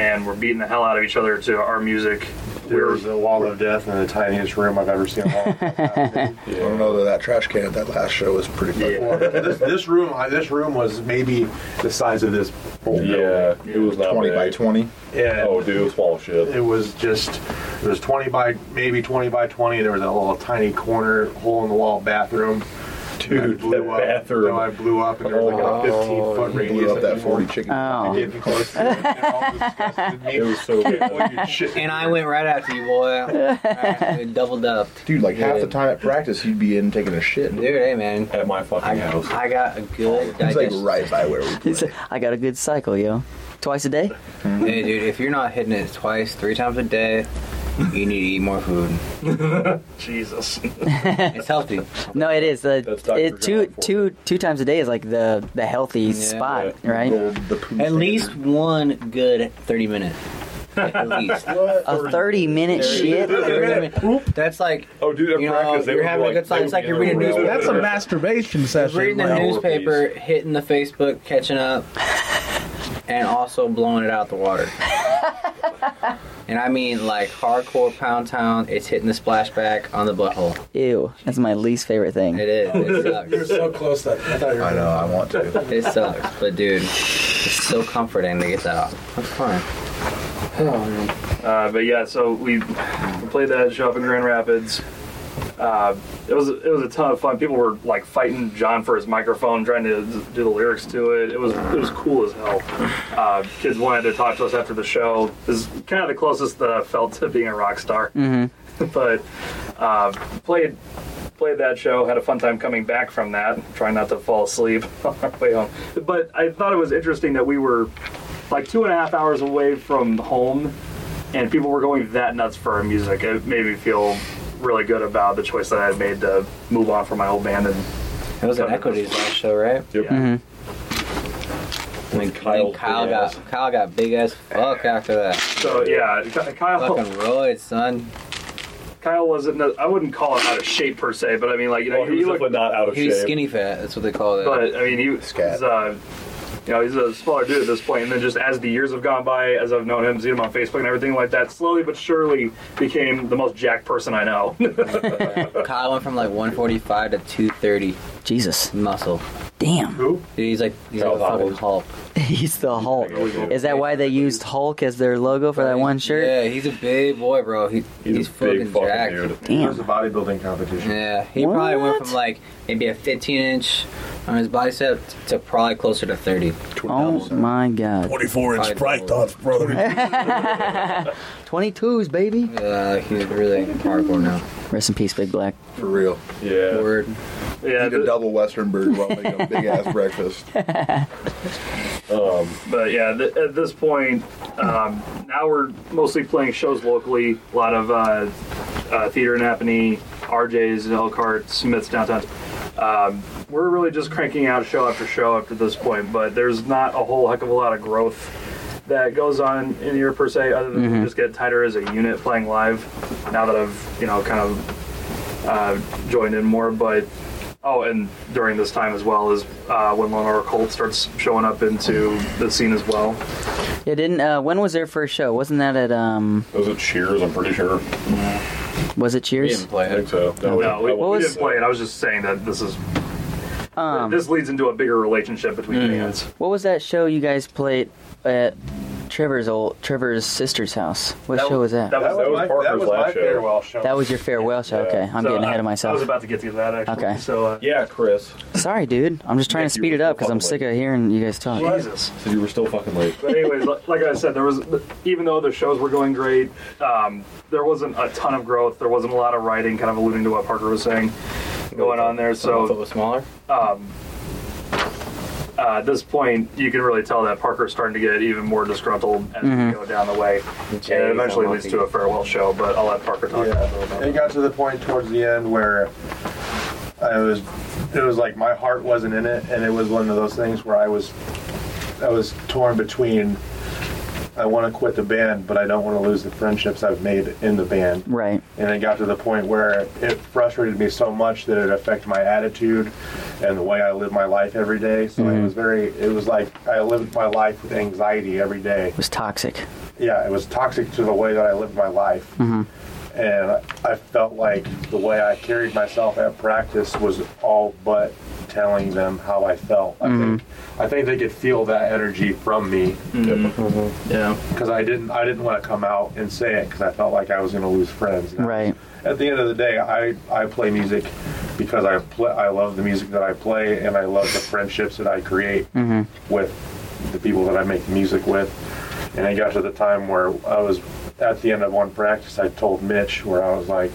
and were beating the hell out of each other to our music. We
There
were
was a wall of death in the tiniest room I've ever seen. in my life.
I don't know that that trash can at that last show was pretty fucking
Yeah.
Well, this, this room, I- this room was maybe the size of this. whole
Yeah, it was not
twenty by
big.
twenty.
Yeah.
Oh, dude, it was small
It
shit.
was just it was 20 by maybe 20 by 20. There was a little tiny corner hole in the wall bathroom.
Dude,
I blew
that
up.
bathroom.
No, I blew up, and there was like
Oh,
a 15 foot
We
radius.
blew up
of
that
the wall.
forty chicken.
I
Oh.
Getting close to it. and all disgusted me.
It was so big.
Well, you shit.
And I went right after you, boy. Right, doubled up.
Dude, like half the
Dude.
time at practice, he'd be in taking a shit.
Dude, hey, man.
at my fucking
I,
house.
I got a good
It's like
digest.
right by where we.
He said, I got a good cycle, yo. Twice a day?
Hey, dude, if you're not hitting it twice, three times a day, you need to eat more food.
Jesus.
It's healthy.
No, it is. The,
That's Dr.
it, two,
John for
two, two times a day is like the, the healthy spot, right?
Rolled the poo
At
standard.
least one good 30 minute. At least.
A 30 minute shit?
30 minute. That's like,
Oh, dude, at
you know,
practice, they
you're
would,
having
like,
a good time.
they
It's
would
like
be
you're
in
reading a
row.
newspaper.
That's a masturbation session.
reading the
like-
newspaper, hitting the Facebook, catching up, and also blowing it out the water. and I mean, like, hardcore pound town, it's hitting the splashback on the butthole.
Ew. That's my least favorite thing.
It is. It sucks.
so close that I thought you
I
were
know. I want to.
It sucks. But, dude, it's so comforting to get that off. That's fine.
Uh, but yeah, so we we played that show up in Grand Rapids. Uh, it was it was a ton of fun. People were like fighting John for his microphone, trying to do the lyrics to it. It was it was cool as hell. Uh, kids wanted to talk to us after the show. Is kind of the closest that I felt to being a rock star. but uh, played played that show. Had a fun time coming back from that, trying not to fall asleep on our way home. But I thought it was interesting that we were like two and a half hours away from home and people were going that nuts for our music. It made me feel really good about the choice that I had made to move on from my old band. And
It was an equities last show, right?
Yep.
I mean, Kyle, Kyle got Kyle got big as fuck after that.
so, yeah, Ky- Kyle,
Fucking roid, son.
Kyle wasn't. I wouldn't call him out of shape per se, but I mean, like you know,
Well, he
he
was
looked.
definitely not out of
He was
shape.
skinny fat. That's what they call it.
But I mean, he was.
Scat.
Uh, you know, he's a smaller dude at this point, and then just as the years have gone by, as I've known him, seen him on Facebook and everything like that, slowly but surely became the most jacked person I know.
Kyle went from like 145 to 230
Jesus.
muscle.
Damn.
Who?
Dude, he's like he's
Kyle
like a fucking
Howard.
Hulk.
He's the Hulk. Is that why they used Hulk as their logo for that one shirt?
Yeah, he's a big boy, bro. He, he's,
He's, a
fucking
big fucking
jacked.
dude.
It was
Damn.
a bodybuilding competition.
Yeah, he probably went from
What?
like maybe a 15 inch on his bicep to probably closer to 30.
Oh my god.
24 inch
Five
bright
dollars.
thoughts, brother.
22s, baby.
Uh, he's really hardcore now.
Rest in peace, Big Black.
For real.
Yeah.
Word.
Yeah,
Eat a
th-
double Western burger while making a big ass breakfast.
But yeah, th- at this point, um, now we're mostly playing shows locally. A lot of uh, uh, theater in Napanee, RJ's, in Elkhart, Smith's downtown. Um, we're really just cranking out show after show up to this point, but there's not a whole heck of a lot of growth that goes on in here per se, other than we just get tighter as a unit playing live. Now that I've you know kind of uh, joined in more, but Oh, and during this time as well is uh, when Lenore Colt starts showing up into the scene as well.
Yeah, didn't uh when was their first show? Wasn't that at um
Those are cheers, I'm pretty sure.
was it
He
Cheers?
didn't play
I think
it.
so. No,
No, we,
I
we
wouldn't
didn't
say.
play it. I was just saying that this is
Um Hmm.
this leads into a bigger relationship between bands.
what was that show you guys played at Trevor's old Trevor's sister's house. What
That
show was
was-
that?
that
That was,
was
my,
Parker's
that was my
last show.
farewell show.
That was your farewell show.
Yeah.
Okay, I'm
So uh,
getting ahead
I-
of
I was
myself.
about to get to that actually.
Okay.
So uh,
Yeah, Chris.
Sorry, dude. I'm just trying to
Nick, you
speed
were
it up
so
because I'm
fucking
sick of hearing you guys talk.
Jesus.
So you were still fucking late.
But anyways, li- like I said, there was even though the shows were going great, um, there wasn't a ton of growth. There wasn't a lot of writing, kind of alluding to what Parker was saying, going on there.
So it
So
was smaller.
uh, at this point, you can really tell that Parker's starting to get even more disgruntled as we go down the way, and it eventually leads to a farewell show. But I'll let Parker talk about a little
Yeah, it
bit.
got to the point towards the end where I was, it was like my heart wasn't in it, and it was one of those things where I was, I was torn between. I want to quit the band, but I don't want to lose the friendships I've made in the band.
Right.
And it got to the point where it frustrated me so much that it affected my attitude and the way I live my life every day. So it was very, it was like I lived my life with anxiety every day
It was toxic.
yeah, it was toxic to the way that I lived my life. And I felt like the way I carried myself at practice was all but telling them how I felt. I think I think they could feel that energy from me
Yeah.
because I didn't I didn't want to come out and say it because I felt like I was going to lose friends. And I-
Right.
At the end of the day, I, I play music because I play I love the music that I play and I love the friendships that I create with the people that I make music with. And it got to the time where I was at the end of one practice. I told Mitch where I was like,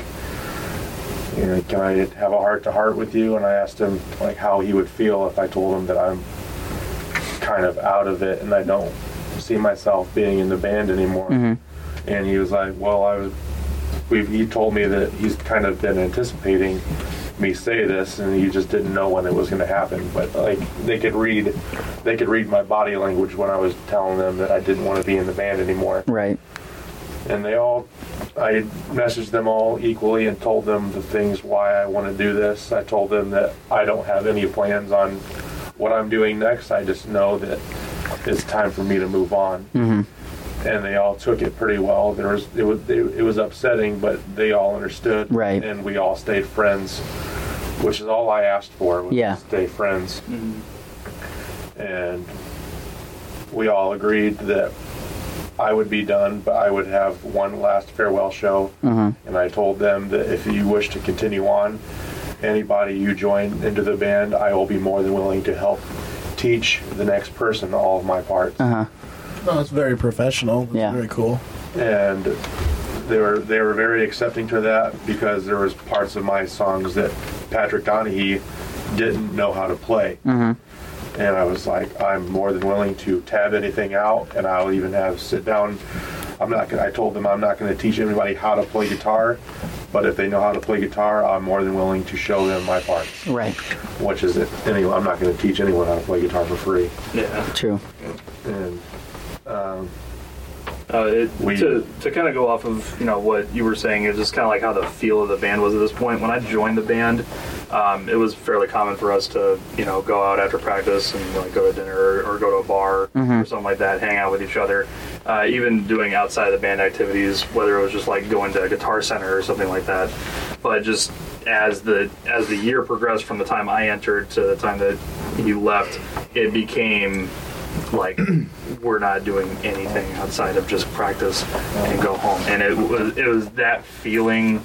you know, "Can I have a heart to heart with you?" And I asked him like how he would feel if I told him that I'm kind of out of it and I don't see myself being in the band anymore. And he was like, "Well, I was." We've, he told me that he's kind of been anticipating me say this, and he just didn't know when it was going to happen. But like they could read, they could read my body language when I was telling them that I didn't want to be in the band anymore.
Right.
And they all, I messaged them all equally and told them the things why I want to do this. I told them that I don't have any plans on what I'm doing next. I just know that it's time for me to move on.
Mm-hmm.
And they all took it pretty well. There was it was it, it was upsetting, but they all understood.
Right.
And we all stayed friends, which is all I asked for. Was
Yeah.
to Stay friends. And we all agreed that I would be done, but I would have one last farewell show. And I told them that if you wish to continue on, anybody you join into the band, I will be more than willing to help teach the next person all of my parts.
Uh-huh.
No, it's very professional. It's
Yeah.
Very cool.
And they were they were very accepting to that because there was parts of my songs that Patrick Donahue didn't know how to play. And I was like, I'm more than willing to tab anything out, and I'll even have sit down. I'm not. Gonna, I told them I'm not going to teach anybody how to play guitar, but if they know how to play guitar, I'm more than willing to show them my parts.
Right.
Which is it? Anyway, I'm not going to teach anyone how to play guitar for free.
Yeah.
True.
And
Uh, it,
We-
to to kind of go off of you know what you were saying, it's just kind of like how the feel of the band was at this point. When I joined the band, um, it was fairly common for us to you know go out after practice and like go to dinner or, or go to a bar or something like that, hang out with each other. Uh, even doing outside of the band activities, whether it was just like going to a guitar center or something like that. But just as the as the year progressed from the time I entered to the time that you left, it became like we're not doing anything outside of just practice and go home. And it was it was that feeling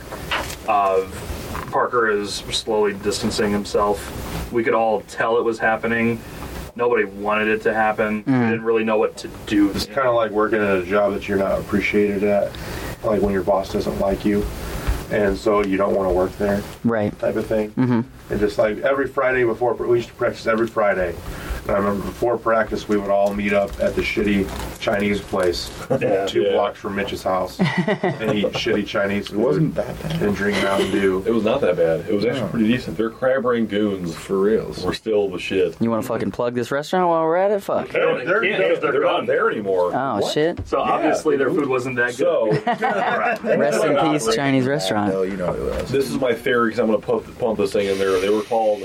of Parker is slowly distancing himself. We could all tell it was happening. Nobody wanted it to happen. We didn't really know what to do.
It's kind of like working at a job that you're not appreciated at, like when your boss doesn't like you, and so you don't want to work there,
Right.
type of thing. Mm-hmm. And just like every Friday before, we used to practice every Friday. And I remember before practice, we would all meet up at the shitty Chinese place two
Yeah.
blocks from Mitch's house and eat shitty Chinese
It
food
wasn't that bad.
and drink Mountain Dew.
It was not that bad. It was actually
No.
pretty decent. Their crab rangoons
For reals.
were still the shit.
You want to fucking plug this restaurant while we're at it? Fuck.
They're,
They're- they're
not
gone.
there anymore.
Oh shit.
So obviously their food wasn't that good.
So
Rest in
Right.
peace, Chinese restaurant.
No, you know who it was.
this is my theory because I'm going to pump, pump this thing in there. They were called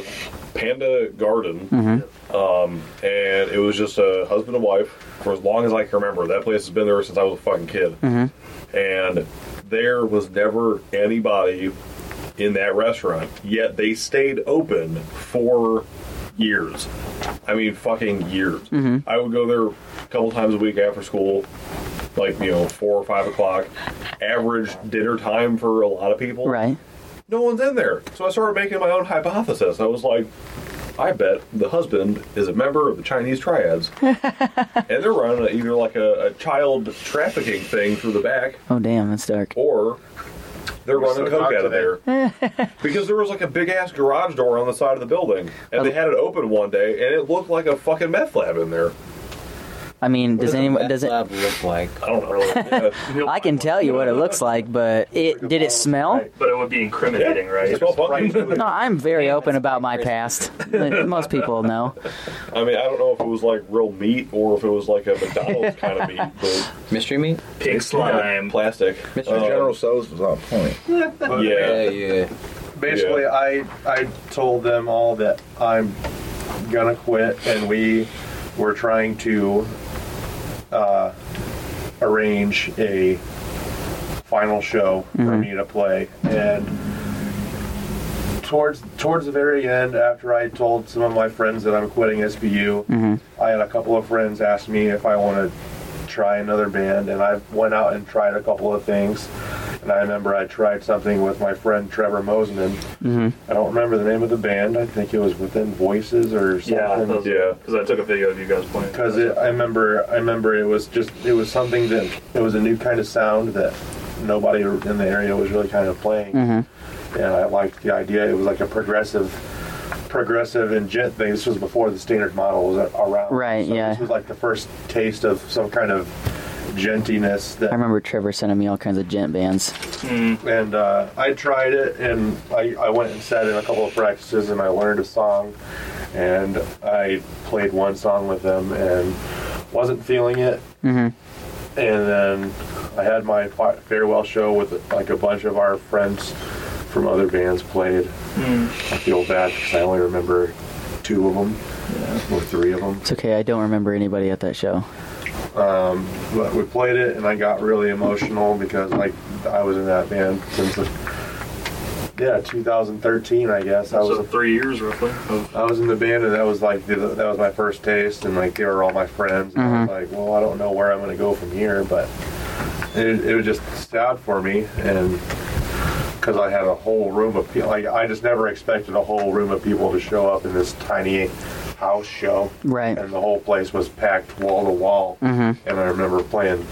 Panda Garden, um, and it was just a husband and wife for as long as I can remember. That place has been there since I was a fucking kid, and there was never anybody in that restaurant. Yet they stayed open for years. I mean, fucking years. I would go there couple times a week after school, like you know four or five o'clock, average dinner time for a lot of people.
Right.
No one's in there, so I started making my own hypothesis. I was like, I bet the husband is a member of the Chinese triads, and they're running either like a, a child trafficking thing through the back,
Oh damn, that's dark.
or they're running
so
coke
dark
out of there because there was like a big ass garage door on the side of the building and they had it open one day and it looked like a fucking meth lab in there
I mean, does anyone
What
does
does
it?
that lab look like?
i don't know yeah.
I can tell you what it looks like, but it did it smell?
But it would be incriminating,
It
right?
smelled funky.
No, I'm very open about my past. Most people know.
i mean i don't know if it was like real meat or if it was like a mcdonald's kind of meat but
Mystery meat?
Pink
yeah,
slime.
plastic
Mr.
Um,
General So's was on point.
But
yeah
Yeah, yeah.
Basically,
Yeah.
I I told them all that I'm gonna quit, and we were trying to uh, arrange a final show for me to play. And towards towards the very end, after I told some of my friends that I'm quitting SBU, I had a couple of friends ask me if I wanted try another band and I went out and tried a couple of things and I remember I tried something with my friend Trevor Moseman. I don't remember the name of the band. I think it was Within Voices or
Yeah,
something.
Yeah.
because I took a video of you guys playing.
Because I remember, I remember it was just it was something that it was a new kind of sound that nobody in the area was really kind of playing,
Mm-hmm.
and I liked the idea. It was like a progressive, progressive and gent thing. This was before the standard model was around.
Right,
So
yeah.
This was like the first taste of some kind of gentiness that
I remember Trevor sending me all kinds of gent bands.
and uh, I tried it, and I, I went and sat in a couple of practices, and I learned a song, and I played one song with them, and wasn't feeling it. Mm-hmm. And then I had my fi- farewell show with like a bunch of our friends from other bands played. I feel bad because I only remember two of them or three of them.
It's okay, I don't remember anybody at that show.
but we played it and I got really emotional because like I was in that band since like, yeah 2013 I guess I
so
was
three years roughly. Of,
I was in the band and that was like the, that was my first taste and like they were all my friends and I was like well I don't know where I'm gonna go from here but it, it was just sad for me and because I had a whole room of people like I just never expected a whole room of people to show up in this tiny house show
Right.
and the whole place was packed wall to wall. And I remember playing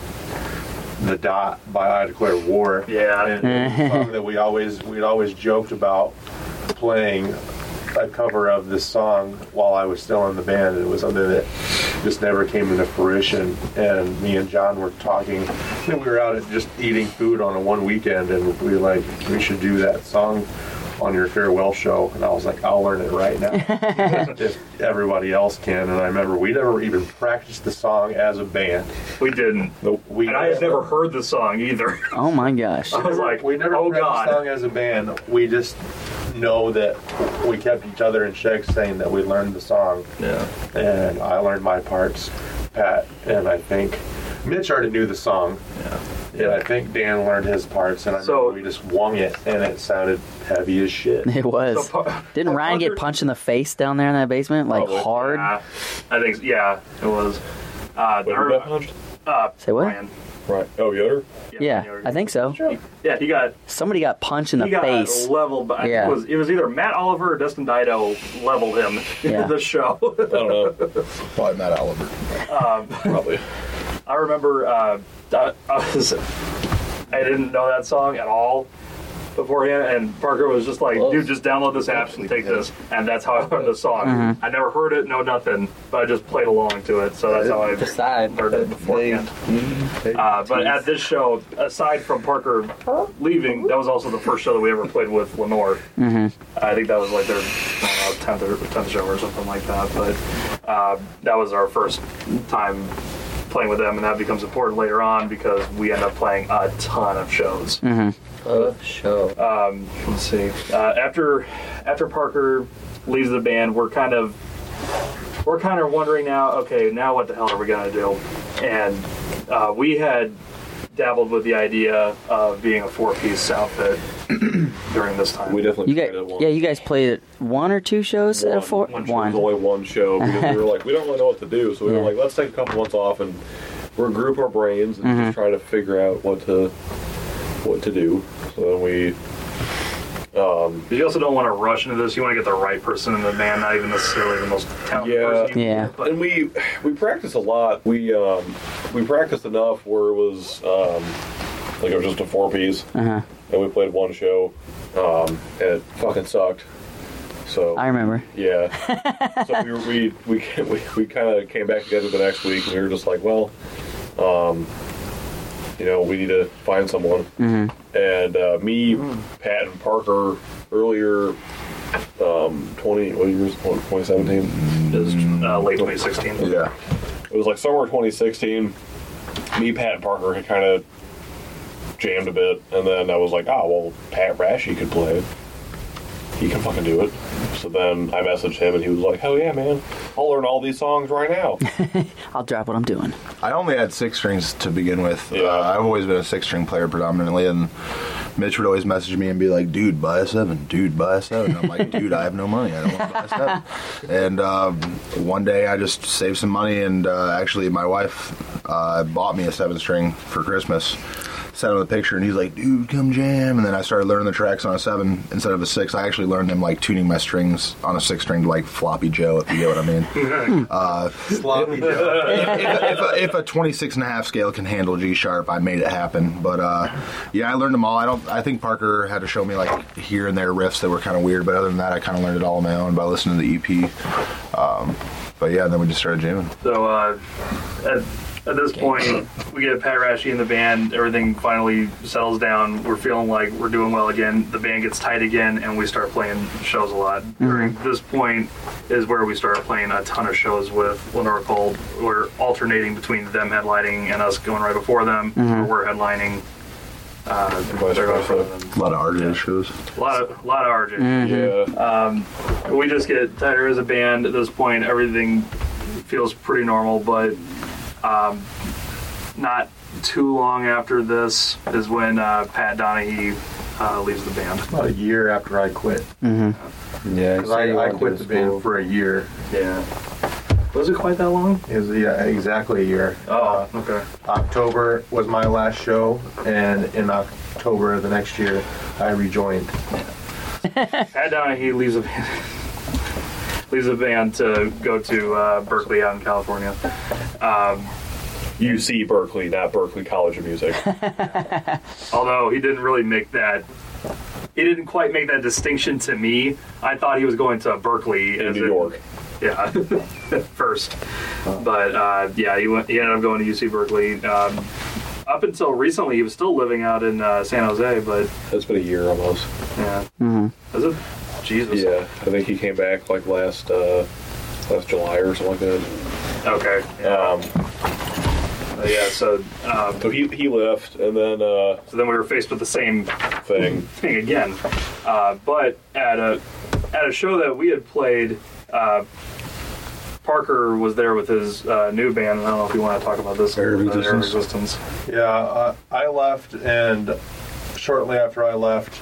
"The Dot" by I Declare War.
Yeah.
and it was a song that we always we'd always joked about playing a cover of this song while I was still in the band. It was something that just never came into fruition. And me and John were talking. I think we were out at just eating food on a one weekend, and we were like we should do that song on your farewell show. And I was like, I'll learn it right now if everybody else can. And I remember we never even practiced the song as a band.
we didn't.
We
And I had never heard the song either.
Oh my gosh.
I was like,
we never
oh
practiced the
god.
song as a band. We just know that we kept each other in check, saying that we learned the song.
Yeah.
And I learned my parts, Pat, and I think Mitch already knew the song. Yeah. And I think Dan learned his parts, and I
So-
remember we just wung it, and it sounded heavy as shit.
It was.
So par-
Didn't Ryan get punched in the face down there in that basement? Like
Probably.
hard?
Yeah, I think. Yeah, it was. Uh,
Wait, who got punched?
uh,
Say what?
Ryan.
right oh yoder
Yeah,
Ryan
I think so.
Yeah, he got
Somebody got punched in the
he got
face.
leveled. By,
Yeah.
yeah. it was it was either Matt Oliver or Dustin Dido leveled him
Yeah.
in the show.
i don't know
Probably Matt Oliver.
probably
I remember uh, I, I was I didn't know that song at all beforehand, and Parker was just like, "Dude, just download this app and take this," and that's how I learned the song. I never heard it, no nothing, but I just played along to it, so that's how I
Decide.
heard it beforehand. Uh, but at this show, aside from Parker leaving, that was also the first show that we ever played with Lenore. I think that was like their I don't know, tenth or tenth show or something like that. But uh, that was our first time playing with them, and that becomes important later on because we end up playing a ton of shows.
Oh, show.
Let's see. Uh, after after Parker leaves the band, we're kind of we're kind of wondering now. Okay, now what the hell are we gonna do? And uh, we had dabbled with the idea of being a four-piece outfit during this time.
We definitely
You guys,
tried it once.
yeah, you guys played one or two shows at a
one,
four.
one show. There's only one show because we were like, we don't really know what to do, so we
Yeah.
were like, let's take a couple months off and we're group our brains and
Mm-hmm.
just try to figure out what to what to do. So then we
But you also don't want to rush into this. You want to get the right person in the band, not even necessarily the most talented
Yeah.
person. you can
Yeah.
get, But
and we we practiced a lot. We um, we practiced enough where it was um, like it was just a four piece,
Uh-huh.
and we played one show, um, and it fucking sucked. So
I remember.
Yeah. so we, were- we we ca- we, we kind of came back together the next week, and we were just like, well, um, you know, we need to find someone. And uh, me, Pat, and Parker earlier. Um, 20, what year was it? 2017?
it was uh, late 2016.
Yeah.
It was like summer 2016. Me, Pat, and Parker had kind of jammed a bit, and then I was like, oh, well, Pat Rashi could play. He can fucking do it. So then I messaged him, and he was like, hell yeah, man. I'll learn all these songs right now.
I'll drop what I'm doing.
I only had six strings to begin with.
Yeah.
Uh, I've always been a six string player predominantly, and Mitch would always message me and be like, "Dude, buy a seven. Dude, buy a seven. I'm like, "Dude, I have no money. I don't want to buy a seven. And um, one day, I just saved some money, and uh, actually, my wife uh, bought me a seven string for Christmas. Sent him a picture, and he's like, "Dude, come jam." And then I started learning the tracks on a seven instead of a six. I actually learned him like tuning my strings on a six string to like Floppy Joe, if you get what I mean.
Sloppy Joe.
if, a, if a 26 and a half scale can handle G sharp, I made it happen. But uh, yeah, I learned them all. I don't. I think Parker had to show me like here and there riffs that were kind of weird, but other than that, I kind of learned it all on my own by listening to the EP. Um, but yeah, then we just started jamming.
So uh, at, at this point, we get Pat Rashi in the band. Everything finally settles down. We're feeling like we're doing well again. The band gets tight again, and we start playing shows a lot. During this point is where we start playing a ton of shows with Lenore Cold. We're alternating between them headlining and us going right before them, or we're headlining. Uh, they're going for them.
A lot of RJ shows.
A lot of, lot of RJ.
yeah.
We just get tighter as a band at this point. Everything feels pretty normal, but um, not too long after this is when uh, Pat Donahue uh, leaves the band.
About a year after I quit.
Yeah,
'Cause I, I quit the band for a year.
Yeah. Was it quite that long?
It was yeah, exactly a year.
Oh, okay.
October was my last show, and in October of the next year, I rejoined.
Pat Donahue leaves the band. leaves the band to go to uh, Berkeley out in California.
UC Berkeley, not Berkeley College of Music.
although he didn't really make that he didn't quite make that distinction to me i thought he was going to berkeley
In
as
New
in-
York. Uh-huh.
yeah first but uh, yeah he, went, he ended up going to uc berkeley um, up until recently he was still living out in uh, san jose but
That's been a year almost.
yeah Is it jesus
Yeah. I think he came back like last uh, last July or something like
okay yeah.
that. Um,
Uh, yeah so um,
so he, he left, and then uh,
so then we were faced with the same
thing.
thing again. Uh, but at a at a show that we had played, uh, Parker was there with his uh, new band. I don't know if you want to talk about this.
Air of
uh,
Resistance.
Resistance.
Yeah, uh, I left, and shortly after I left,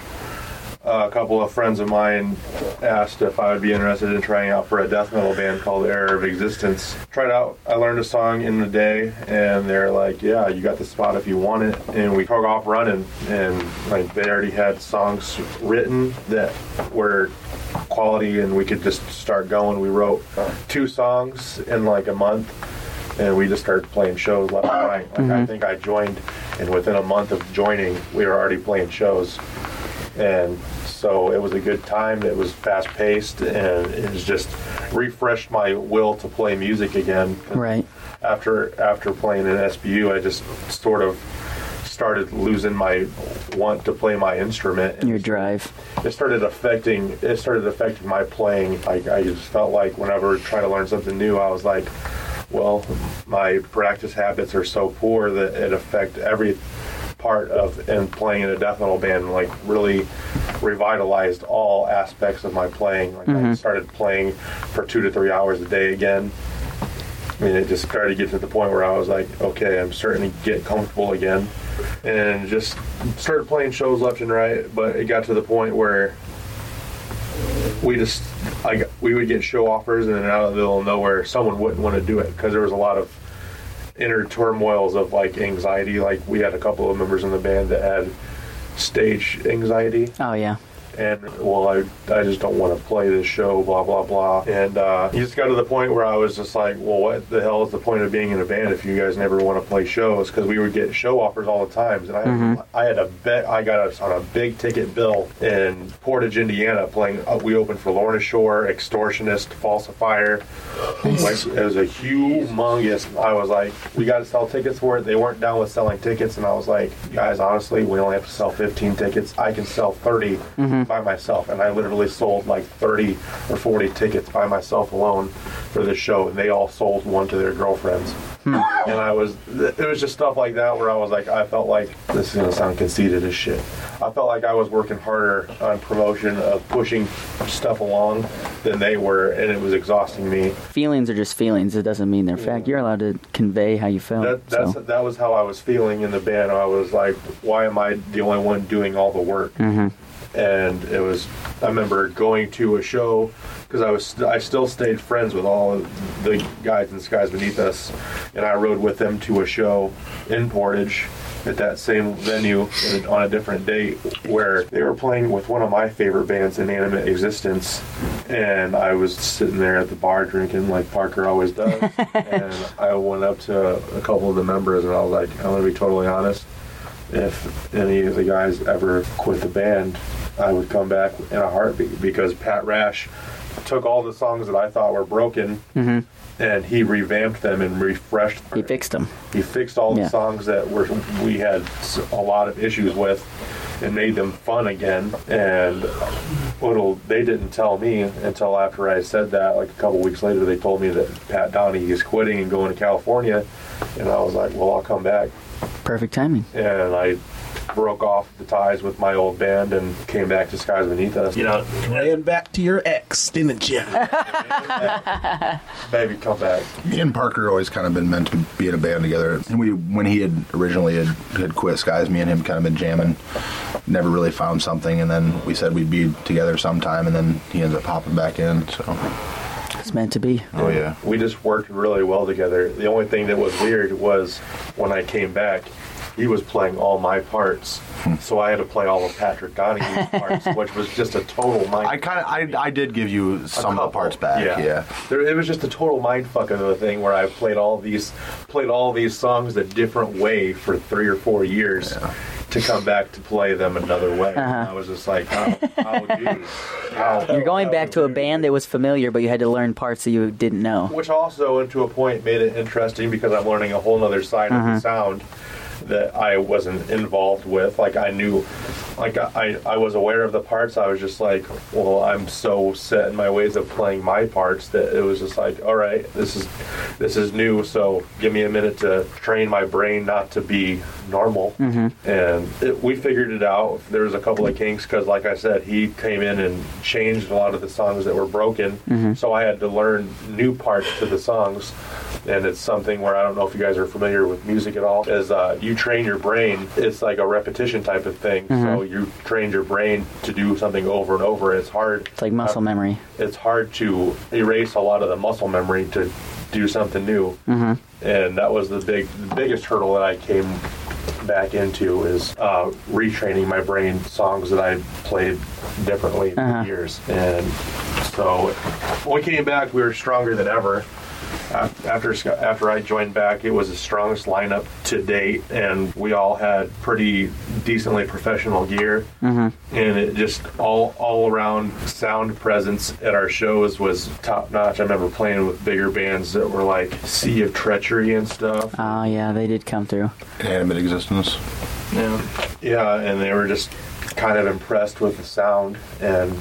a couple of friends of mine asked if I would be interested in trying out for a death metal band called Error of Existence. Tried out, I learned a song in the day, and they're like, "Yeah, you got the spot if you want it." And we took off running, and like they already had songs written that were quality, and we could just start going. We wrote two songs in like a month and we just started playing shows left and right. Like I think I joined, and within a month of joining, we were already playing shows, and so it was a good time. It was fast paced, and it was just refreshed my will to play music again.
Right.
After after playing in SBU, I just sort of started losing my want to play my instrument. and
Your drive.
it started affecting it started affecting my playing like i just felt like whenever trying to learn something new i was like well my practice habits are so poor that it affect every part of and playing in a death metal band like really revitalized all aspects of my playing like i started playing for two to three hours a day again I mean, it just started to get to the point where I was like, okay, I'm starting to get comfortable again, and just started playing shows left and right. But it got to the point where we just like we would get show offers, and then out of the middle of nowhere, someone wouldn't want to do it because there was a lot of inner turmoils of like anxiety. Like we had a couple of members in the band that had stage anxiety
Oh yeah.
and well I, I just don't want to play this show blah blah blah and uh it just got to the point where i was just like well what the hell is the point of being in a band if you guys never want to play shows because we would get show offers all the times and i i had a bet i got us on a big ticket bill in portage indiana playing uh, we opened for lorna shore extortionist falsifier like, it was a humongous i was like we got to sell tickets for it they weren't down with selling tickets and i was like guys honestly we only have to sell 15 tickets i can sell 30 by myself and i literally sold like 30 or 40 tickets by myself alone for this show and they all sold one to their girlfriends and i was th- it was just stuff like that where i was like i felt like this is going to sound conceited as shit i felt like i was working harder on promotion of pushing stuff along than they were and it was exhausting me
Feelings are just feelings. It doesn't mean they're fact. You're allowed to convey how you felt.
That, that's,
so.
That was how I was feeling in the band. I was like, why am I the only one doing all the work? And it was, I remember going to a show because I was, I still stayed friends with all of the guys and skies beneath us, and I rode with them to a show in Portage at that same venue and on a different date where they were playing with one of my favorite bands, Inanimate Existence, and I was sitting there at the bar drinking like Parker always does, and I went up to a couple of the members and I was like, I'm gonna be totally honest. If any of the guys ever quit the band, I would come back in a heartbeat because Pat Rash took all the songs that I thought were broken and he revamped them and refreshed.
Mm-hmm. he fixed them.
He fixed all
Yeah.
the songs that were we had s- a lot of issues with, and made them fun again. And little they didn't tell me until after I said that. Like a couple weeks later, they told me that Pat Donnie is quitting and going to California, and I was like, well, I'll come back.
Perfect timing.
And I broke off the ties with my old band and came back to Skies Beneath Us.
You know,
Ran back to your ex, didn't you?
baby, come back.
Me and Parker always kind of been meant to be in a band together. And we, when he had originally had, had quit Skies, me and him kind of been jamming. Never really found something, and then we said we'd be together sometime, and then he ends up popping back in. So,
It's meant to be.
oh yeah,
we just worked really well together. The only thing that was weird was when I came back, he was playing all my parts,
Hmm.
so I had to play all of Patrick Donahue parts, which was just a total mind.
I kind of, I, I did give you
a
some of the
couple.
parts back. Yeah.
There, it was just a total mind fuck of a thing where I played all these played all these songs a different way for three or four years. To come back to play them another way, And I was just like, oh, "How, how do? How,
You're going back to a band that was familiar, but you had to learn parts that you didn't know.
which also and to a point made it interesting because i'm learning a whole nother side of the sound that i wasn't involved with like i knew like I, I was aware of the parts i was just like well i'm so set in my ways of playing my parts that it was just like all right this is this is new so give me a minute to train my brain not to be normal and it, we figured it out there was a couple of kinks because like i said he came in and changed a lot of the songs that were broken
Mm-hmm.
so i had to learn new parts to the songs and it's something where i don't know if you guys are familiar with music at all is uh, you train your brain it's like a repetition type of thing
Mm-hmm.
so you train your brain to do something over and over it's hard
It's like muscle memory.
it's hard to erase a lot of the muscle memory to do something new.
Mm-hmm.
And that was the big, the biggest hurdle that I came back into is uh, retraining my brain songs that I played differently
Uh-huh.
for years. And so when we came back, we were stronger than ever. A- After Sc- after I joined back, it was the strongest lineup to date, and we all had pretty decently professional gear and it just all all around sound presence at our shows was top notch. I remember playing with bigger bands that were like Sea of Treachery and stuff.
Oh yeah, they did come through.
Inanimate existence.
yeah.
Yeah, and they were just kind of impressed with the sound, and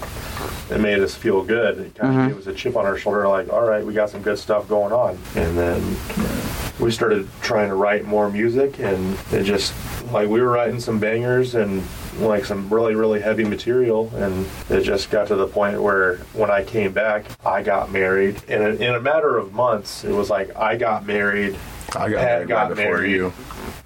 it made us feel good. It kind of gave us a chip on our shoulder, like, all right, we got some good stuff going on. And then we started trying to write more music, and it just like we were writing some bangers, and like some really really heavy material, and it just got to the point where when I came back, I got married, and in, in a matter of months, it was like I got married.
I got
Pat
married
got
right before
married.
you.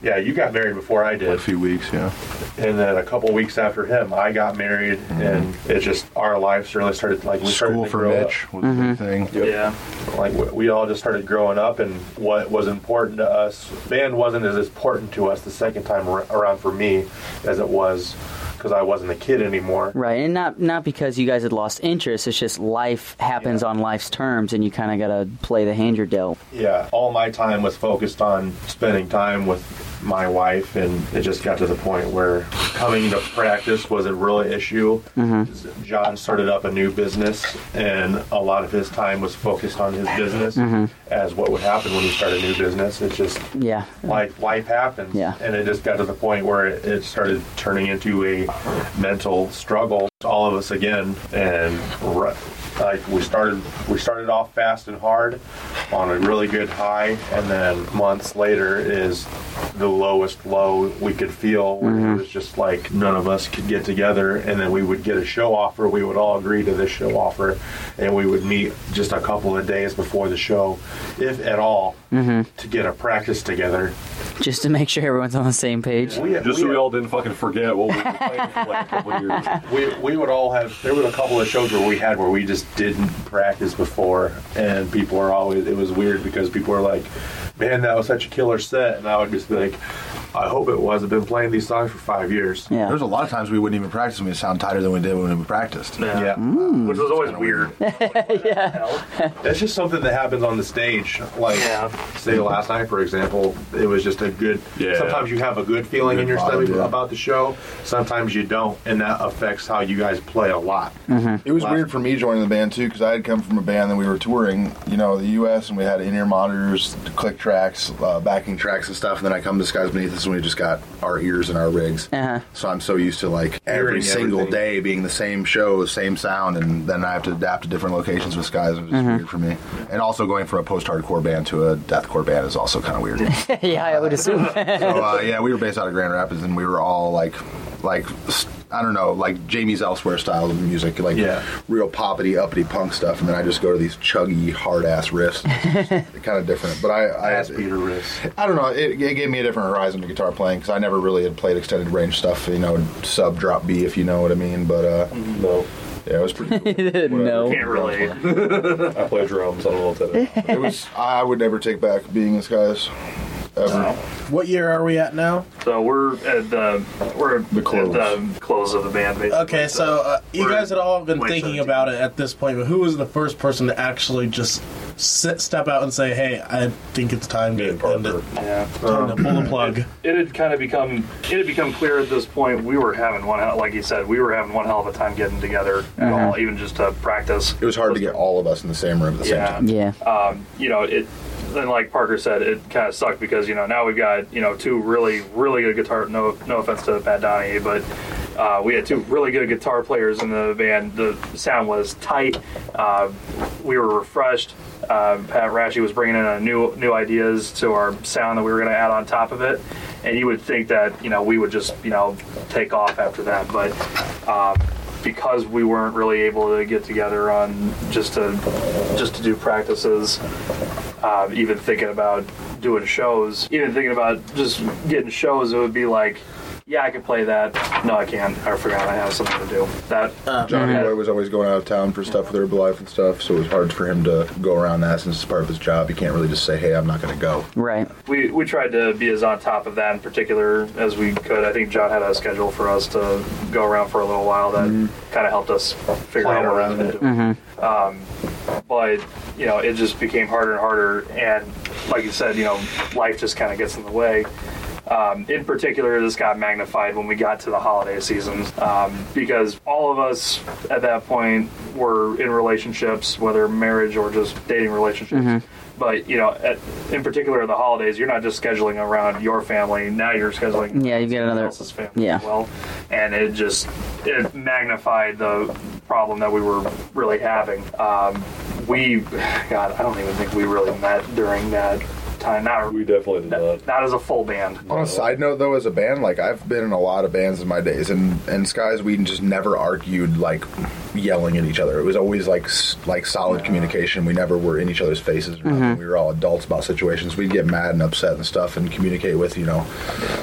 Yeah, you got married before I
A
did,
few weeks, yeah.
and then a couple weeks after him, I got married, and it just our lives really started like we started
Mm-hmm. School
to
for
grow up.
Mitch was a big thing.
Yeah.
like we- we all just started growing up and what was important to us band wasn't as important to us the second time ar- around for me as it was because i wasn't a kid anymore
Right, and not not because you guys had lost interest. It's just life happens on life's terms, and you kind of gotta play the hand you're dealt.
yeah all my time was focused on spending time with my wife and it just got to the point where coming to practice was a real issue john started up a new business and a lot of his time was focused on his business as what would happen when you start a new business it just
Yeah,
like life happens
Yeah.
and it just got to the point where it, it started turning into a mental struggle all of us again and ri- like we started we started off fast and hard on a really good high and then months later is the lowest low we could feel where it was just like none of us could get together and then we would get a show offer we would all agree to this show offer and we would meet just a couple of days before the show if at all to get a practice together
just to make sure everyone's on the same page.
we,
Just so we all didn't fucking forget what we were playing for like a couple of years.
we, we would all have there was a couple of shows where we had where we just didn't practice before and people are always it was weird because people are like man that was such a killer set and i would just be like i hope it was i've been playing these songs for five years
Yeah,
There's a lot of times we wouldn't even practice and we sound tighter than we did when we practiced.
Yeah.
yeah
Which was always weird. yeah.
that's just something that happens on the stage like
Yeah.
say last night for example it was just a good
Yeah.
sometimes you have a good feeling
Good
in your
vibe,
stomach
yeah.
about the show sometimes you don't and that affects how you guys play a lot
It was
Wow.
weird for me joining the band too because I had come from a band that we were touring, you know, the U.S. and we had in-ear monitors, click tracks, uh, backing tracks and stuff. And then I come to Skies Beneath Us and we just got our ears and our rigs.
Uh-huh.
So I'm so used to like every
Hearing
single
everything.
day being the same show, the same sound, and then I have to adapt to different locations with Skies. It was weird for me. And also going from a post-hardcore band to a deathcore band is also kind of weird.
yeah, I would assume.
So uh, yeah, we were based out of Grand Rapids, and we were all like, like s- I don't know, like Jamie's elsewhere style of music, like
Yeah.
real poppity uppity punk stuff, and then I just go to these chuggy hard ass riffs, kind of different. But I, I
ass beater wrist
I don't know. It, it gave me a different horizon to guitar playing because I never really had played extended range stuff. You know, sub drop B if you know what I mean. But uh,
No,
yeah, it was pretty. Cool.
no,
Can't relate.
I play drums. I don't know what that is.
it was. I would never take back being this guy's. Ever.
What year are we at now?
So we're at the we're
The close.
at the close of the band. Basically.
Okay, so uh, you
we're
guys had all been
point
thinking
17.
about it at this point, but who was the first person to actually just sit, step out and say, "Hey, I think it's time
Me
to,
and
end
Parker.
it,
yeah,
time to pull the plug."
it had kind of become it had become clear at this point we were having one hell- like you said we were having one hell of a time getting together at all, even just to practice.
It was hard to get all of us in the same room at the same time.
Yeah,
yeah,
you know it. And like Parker said, it kind of sucked because you know now we've got you know two really really good guitar. No no offense to Pat Donahue, but uh, we had two really good guitar players in the band. The sound was tight. Uh, we were refreshed. Uh, Pat Rashi was bringing in a new new ideas to our sound that we were going to add on top of it. And you would think that you know we would just you know take off after that, but. Um, because we weren't really able to get together on just to just to do practices um, even thinking about doing shows even thinking about just getting shows it would be like yeah i could play that no i can't i forgot i have something to do that
Johnny Boy was always going out of town for stuff with Herbalife and stuff, so it was hard for him to go around that since it's part of his job. He can't really just say, "Hey, I'm not going to go."
right.
we we tried to be as on top of that in particular as we could i think john had a schedule for us to go around for a little while that kind of helped us figure
Mm-hmm. Plan
out what
around
we
it.
were gonna do. Um, but you know it just became harder and harder and like you said you know life just kind of gets in the way um, in particular this got magnified when we got to the holiday season um, because all of us at that point were in relationships whether marriage or just dating relationships
Mm-hmm.
but you know at, in particular the holidays you're not just scheduling around your family now you're scheduling
Yeah, you've got
someone
another-
else's family
yeah.
as well and it just it magnified the problem that we were really having. Um, we, God, I don't even think we really met during that time. Not
We definitely did uh, not.
not as a full band.
On a side note, though, as a band, like I've been in a lot of bands in my days, and and Skies we just never argued like yelling at each other. It was always like s- like solid communication. We never were in each other's faces. or nothing.
Mm-hmm.
We were all adults about situations. We'd get mad and upset and stuff, and communicate with you know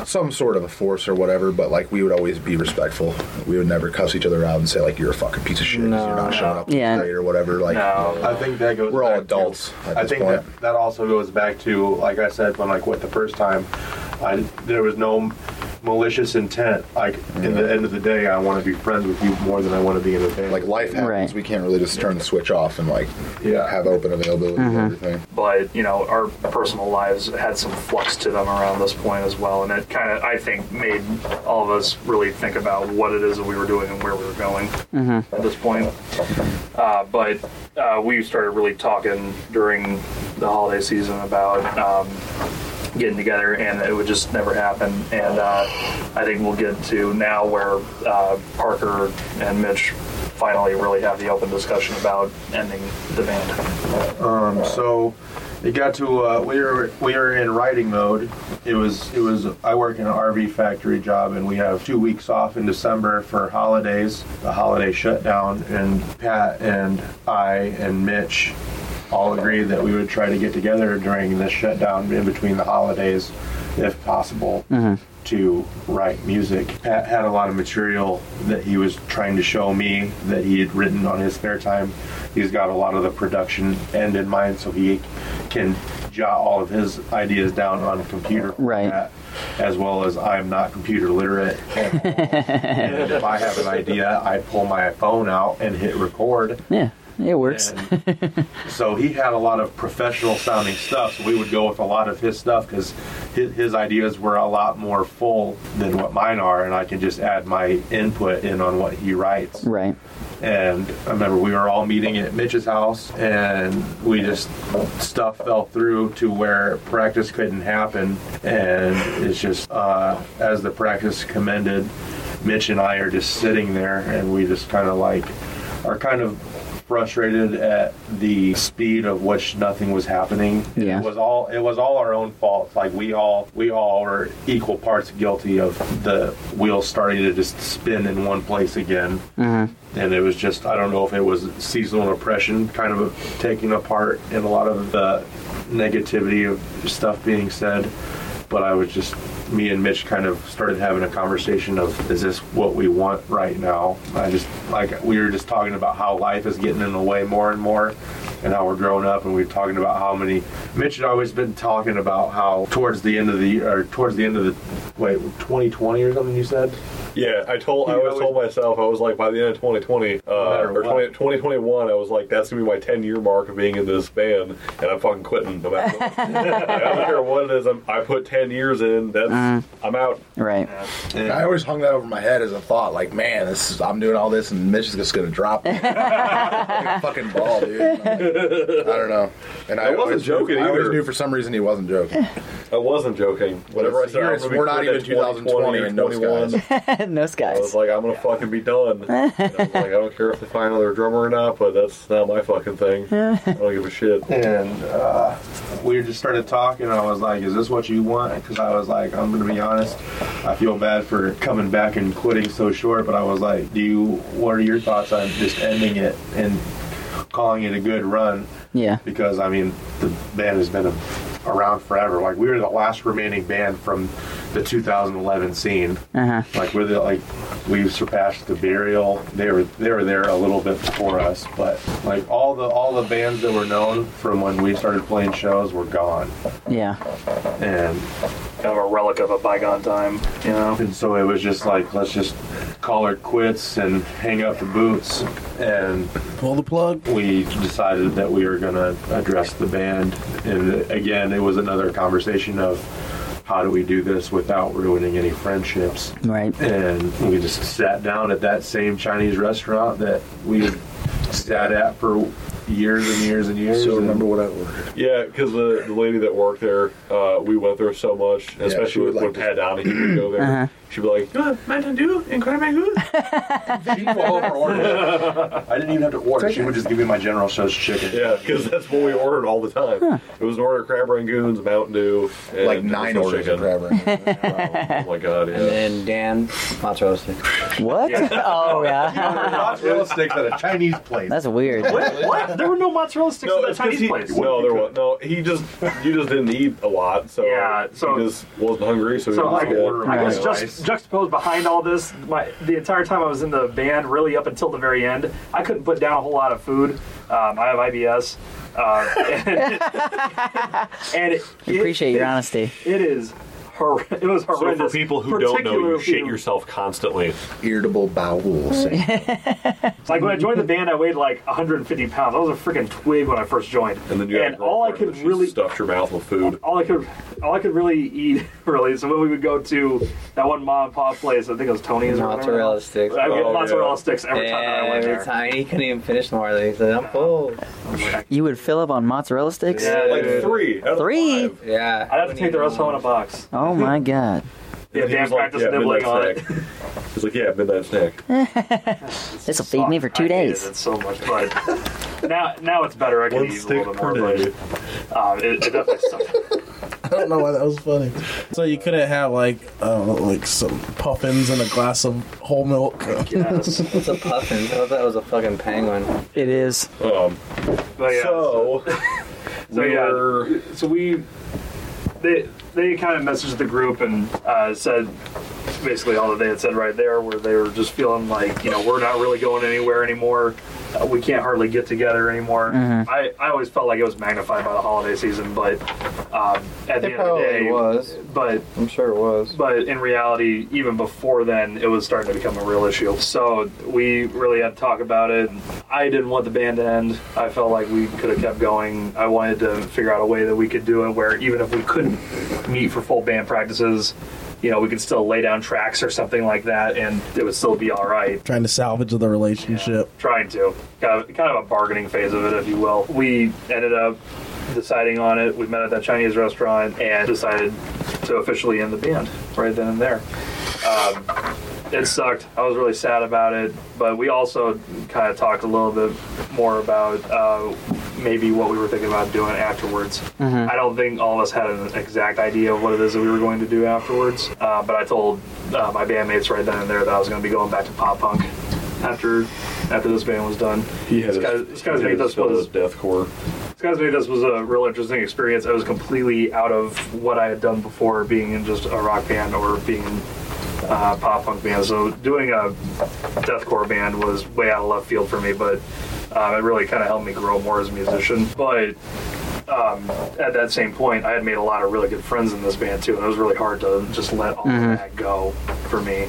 some sort of a force or whatever. But like we would always be respectful. We would never cuss each other out and say like you're a fucking piece of shit. 'cause you're not showing up
Yeah.
late or whatever. Like
No.
I think that goes.
We're all
back to-
adults at
I
this
think
point.
that that also goes back to like I said when like went the first time, I there was no malicious intent. Like in the end of the day, I want to be friends with you more than I want to be in a band.
Mm-hmm. like life happens.
Right.
We can't really just turn the switch off and like
Yeah.
have open availability
Mm-hmm.
to everything.
but you know our personal lives had some flux to them around this point as well and it kind of i think made all of us really think about what it is that we were doing and where we were going at this point uh, but uh, we started really talking during the holiday season about um, getting together and it would just never happen and uh, i think we'll get to now where uh, parker and mitch finally really have the open discussion about ending the band
so it got to uh, we were we were in writing mode. It was it was I work in an RV factory job and we have two weeks off in December for holidays, the holiday shutdown, and Pat and I and Mitch all agreed that we would try to get together during this shutdown in between the holidays, if possible to write music. Pat had a lot of material that he was trying to show me that he had written on his spare time. He's got a lot of the production end in mind, so he can jot all of his ideas down on a computer.
Right.
format, As well as I'm not computer literate. and if I have an idea, I pull my phone out and hit record.
Yeah, it works.
And so he had a lot of professional sounding stuff. So we would go with a lot of his stuff because his, his ideas were a lot more full than what mine are, and I can just add my input in on what he writes.
Right.
And I remember we were all meeting at Mitch's house, and we just stuff fell through to where practice couldn't happen. And it's just uh, as the practice commended, Mitch and I are just sitting there, and we just kind of like are kind of frustrated at the speed of which nothing was happening.
Yeah.
It was all it was all our own fault. Like we all we all were equal parts guilty of the wheels starting to just spin in one place again and it was just I don't know if it was seasonal depression kind of taking a part in a lot of the negativity of stuff being said. But I was just me and Mitch kind of started having a conversation of is this what we want right now? I just like we were just talking about how life is getting in the way more and more and how we're growing up and we were talking about how many Mitch had always been talking about how towards the end of the or towards the end of the wait 2020 or something you said
Yeah, I told I
You
always told myself I was like by the end of 2020 uh,
matter
or
what.
20, 2021 I was like that's gonna be my 10 year mark of being in this band and I'm fucking quitting. No matter what. I don't care what it is. I'm, I put 10 years in. That's I'm out.
Right.
I always hung that over my head as a thought, like, man, this is, I'm doing all this, and Mitch is just gonna drop me. Like a fucking ball, dude. I don't know. And I,
wasn't
always knew-
joking
I always
either.
knew for some reason he wasn't joking.
I wasn't joking. Whatever I
it's-
said,
here
I'm
it's-
gonna be
we're not
quitting in
even
2020
2020 and no
21.
no
I was
skies.
like, I'm gonna fucking be done. And I was like, I don't care if they find another drummer or not, but that's not my fucking thing. I don't give a shit.
and uh, we just started talking. and I was like, "Is this what you want?" Because I was like, "I'm gonna be honest. I feel bad for coming back and quitting so short." But I was like, "Do you? What are your thoughts on just ending it and calling it a good run?"
Yeah.
Because I mean, the band has been around forever. Like we were the last remaining band from the 2011 scene.
Uh huh.
Like we're the, like we've surpassed the burial. They were they were there a little bit before us, but like all the all the bands that were known from when we started playing shows were gone,
Yeah.
and
kind of a relic of a bygone time, you know.
and so it was just like let's just call her quits and hang up the boots, and
Pull the plug.
we decided that we were gonna address the band, and again it was another conversation of how do we do this without ruining any friendships.
Right.
and we just sat down at that same Chinese restaurant that we sat at for years and years and years.
So
and-
remember what I ordered.
Yeah, because the, the lady that worked there, uh, we went there so much,
she
especially
would
with,
like
when Pat Donahue would go there. She'd be like, "Uh, Mountain Dew and Cranberry Goose."
She would overorder it. I didn't even have to order. She would just give me my General Tso's chicken.
Yeah, because that's what we ordered all the time. It was an order of crab rangoons, Mountain Dew, and
like nine
chicken.
orders of crab rangoons.
Oh my god,
And
yeah.
then Dan, hot roasted.
What? Oh yeah,
Mozzarella sticks at a Chinese place.
that's weird.
What? what? There were no mozzarella sticks
No,
at that
it's 'cause
Chinese
he,
place.
no, there was no. He just, you just didn't eat a lot, so
Yeah, so-
he just wasn't hungry. So, he
So
was
like,
like,
order
I
Right.
guess just juxtaposed behind all this, my the entire time I was in the band, really up until the very end, I couldn't put down a whole lot of food. Um, I have IBS, uh, and, and it,
We appreciate your honesty.
It is. Hor- it was
So
horrendous.
for people who don't know, you
particularly-
shit yourself constantly.
Irritable bowel syndrome.
Like when I joined the band, I weighed like 150 pounds. I was a freaking twig when I first joined,
And then you had a
all I
girlfriend
could
that she
really
stuffed your mouth with food.
all I could all I could really eat really. So when we would go to that one mom and pop place, I think it was Tony's or whatever.
Mozzarella sticks.
I would get
Oh,
mozzarella
yeah.
sticks every time that I went
Every
there.
time he couldn't even finish more. Like, he said, I'm full.
You would fill up on mozzarella sticks?
Yeah,
Like
dude.
three, out of
Three?
five.
Yeah.
I'd have to take the rest home in a box.
Oh my god.
Yeah,
And he
Dan
was like,
practice
yeah,
nibbling on
midnight
it.
snack. He's like, yeah, midnight snack.
This will feed me for two
Oh, I hated
days.
It so much, but now now it's better. I can eat a little bit more. But, um, it, it definitely sucked.
I don't know why that was funny. So you couldn't have like uh, like some puffins and a glass of whole milk. uh,
Yes.
It's a puffin. I thought that was a fucking penguin.
It is.
Um,
But yeah,
so,
so
we
yeah,
were-
so we they they kind of messaged the group and uh, said basically all that they had said right there where they were just feeling like you know we're not really going anywhere anymore uh, we can't hardly get together anymore I, I always felt like it was magnified by the holiday season but um, at the
It
end of the
probably
day
was.
but
I'm sure it was.
but in reality, even before then, it was starting to become a real issue. So we really had to talk about it. I didn't want the band to end. I felt like we could have kept going. I wanted to figure out a way that we could do it where even if we couldn't meet for full band practices, you know, we could still lay down tracks or something like that, and it would still be all right
Trying to salvage the relationship.
trying to kind of, kind of a bargaining phase of it if you will we ended up deciding on it we met at that chinese restaurant and decided to officially end the band right then and there um, it sucked i was really sad about it but we also kind of talked a little bit more about uh, maybe what we were thinking about doing afterwards i don't think all of us had an exact idea of what it is that we were going to do afterwards uh, but i told uh, my bandmates right then and there that i was going to be going back to pop punk after after this band was done.
he had
This guy-
his-
this guy's
he had
made
his
this
fill
was-
of deathcore.
This guys made this was a real interesting experience. I was completely out of what I had done before, being in just a rock band or being in uh, pop punk band. So doing a deathcore band was way out of left field for me, but um, it really kind of helped me grow more as a musician. But um, at that same point, I had made a lot of really good friends in this band too, and it was really hard to just let all of that go for me.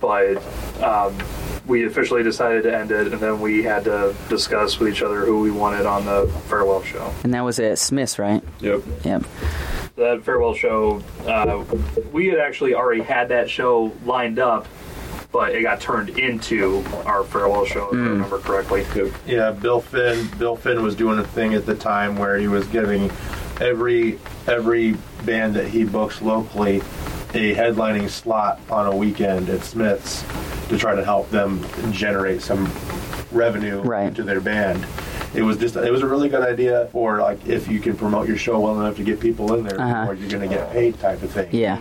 But um, we officially decided to end it, and then we had to discuss with each other who we wanted on the farewell show.
And that was at Smith's, right?
Yep.
Yep.
That farewell show, uh, we had actually already had that show lined up, but it got turned into our farewell show, if I
Hmm.
remember correctly.
Yeah, Bill Finn. Bill Finn was doing a thing at the time where he was giving every every band that he books locally a headlining slot on a weekend at Smiths to try to help them generate some revenue
Right.
to their band. It was just it was a really good idea for like if you can promote your show well enough to get people in there
Uh-huh.
or you're gonna get paid type of thing
Yeah.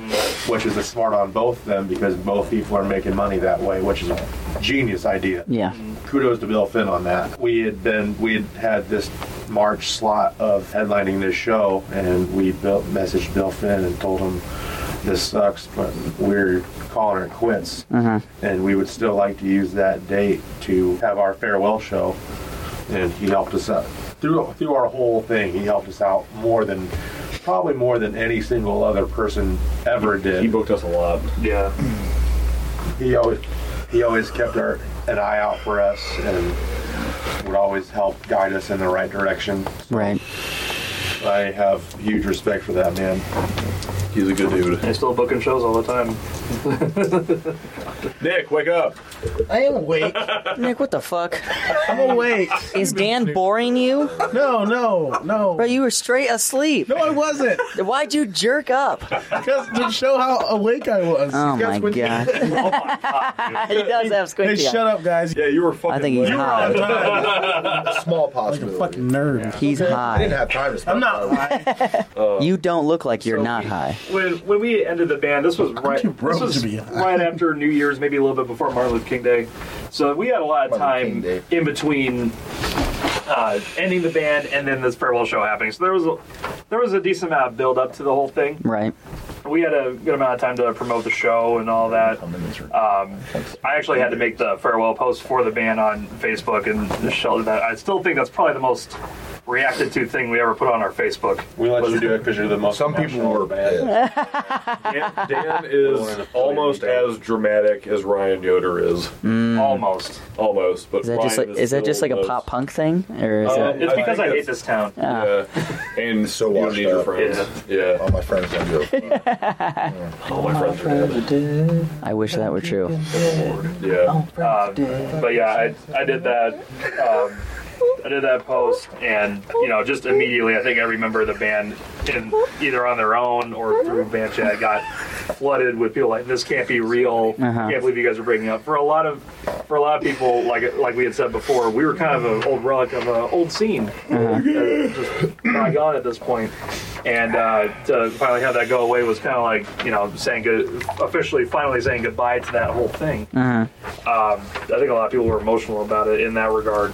which is a smart on both of them because both people are making money that way, which is a genius idea.
Yeah.
Kudos to Bill Finn on that. We had been we had had this March slot of headlining this show, and we built, messaged Bill Finn and told him this sucks, but we're calling it quits, and we would still like to use that date to have our farewell show. And he helped us out through through our whole thing. He helped us out more than probably more than any single other person ever did
He booked us a lot.
Yeah.
he always he always kept our, an eye out for us and would always help guide us in the right direction.
Right.
I have huge respect for that man.
He's a good dude.
They're still booking shows all the time.
Nick, wake up.
I am awake.
Nick, what the fuck?
I'm awake.
Is Dan boring you?
No, no, no.
Bro, you were straight asleep.
No, I wasn't.
Why'd you jerk up?
Just to show how awake I was.
Oh
Guys,
my
when-
god. he does have
Hey,
squinty
shut
eyes.
up, guys.
Yeah, you were fucking.
I think he's
late.
high.
Small
Like a
possibility.
fucking nerd.
He's
I didn't
high.
have time to spend.
I'm not lying.
You don't look like you're
So
not
we-
high.
When, when we ended the band, this was right.
too broke
This was
to be high.
right after New Year's, maybe a little bit before Martin Luther King Day. So we had a lot of time
Martin King
in between uh, ending the band and then this farewell show happening. So there was a, there was a decent amount of build up to the whole thing.
Right.
We had a good amount of time to promote the show and all that.
Uh,
Um, I actually had to make the farewell post for the band on Facebook and show that. I still think that's probably the most reacted to thing we ever put on our Facebook.
We let you do it because you're the most.
Some people
national
were
band.
bad.
Dan, Dan is almost as dramatic as Ryan Yoder is.
Almost.
Almost, but
Is that just like
Ryan
is that just like a
still
pop punk thing? Or is
Uh,
that
It's
I
because
think
I hate
it's-
this town.
Yeah, and
So
you don't
washed
need your
up.
friends. Yeah,
All my friends don't do it.
all my friends are dead.
Ah, I wish that were true.
Yeah,
Um, but yeah, I, I did that. Um, I did that post, and you know, just immediately, I think every member of the band, in either on their own or through band chat, got flooded with people like, "This can't be real.
Uh-huh.
I can't believe you guys are breaking up." For a lot of, for a lot of people, like like we had said before, we were kind of an old relic of an old scene, Uh, just bygone at this point. And uh, to finally have that go away was kind of like you know saying good, officially finally saying goodbye to that whole thing um, I think a lot of people were emotional about it in that regard.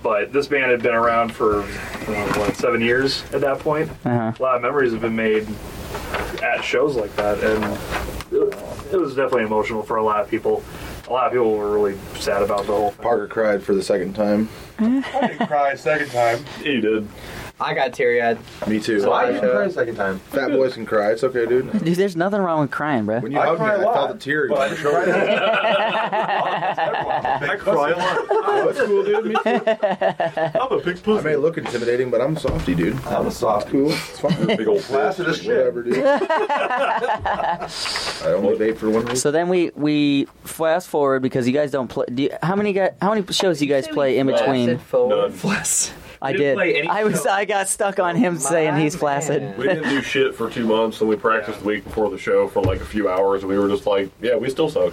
But this band had been around for uh, what, seven years at that point.
Uh-huh.
A lot of memories have been made at shows like that, and it, it was definitely emotional for a lot of people. A lot of people were really sad about the whole.
Parker cried for the second time.
I didn't cry second time.
he did.
I got teary eyed.
Me too.
Why did you cry second time?
Fat boys can cry. It's okay, dude.
Dude, there's nothing wrong with crying, bro.
When you
I
hugged me,
cry a
I
lot,
felt a tear.
But I
going
didn't
down my
cry
shoulder.
second time.
I cry a lot. That's cool, dude. Me too. I'm a big
I
pussy.
may look intimidating, but I'm softy, dude.
I'm a soft.
Cool. It's fine.
big old pussy.
Blasted as shit.
Whatever, dude. I only vape for one reason.
So then we we fast forward because you guys don't play. Do you, how many guys, How many shows do you guys play in between?
None.
I
didn't
did.
play any
I was.
show.
I got stuck on him saying he's
man.
flaccid.
We didn't do shit for two months, and we practiced the week before the show for like a few hours, and we were just like, yeah, we still suck.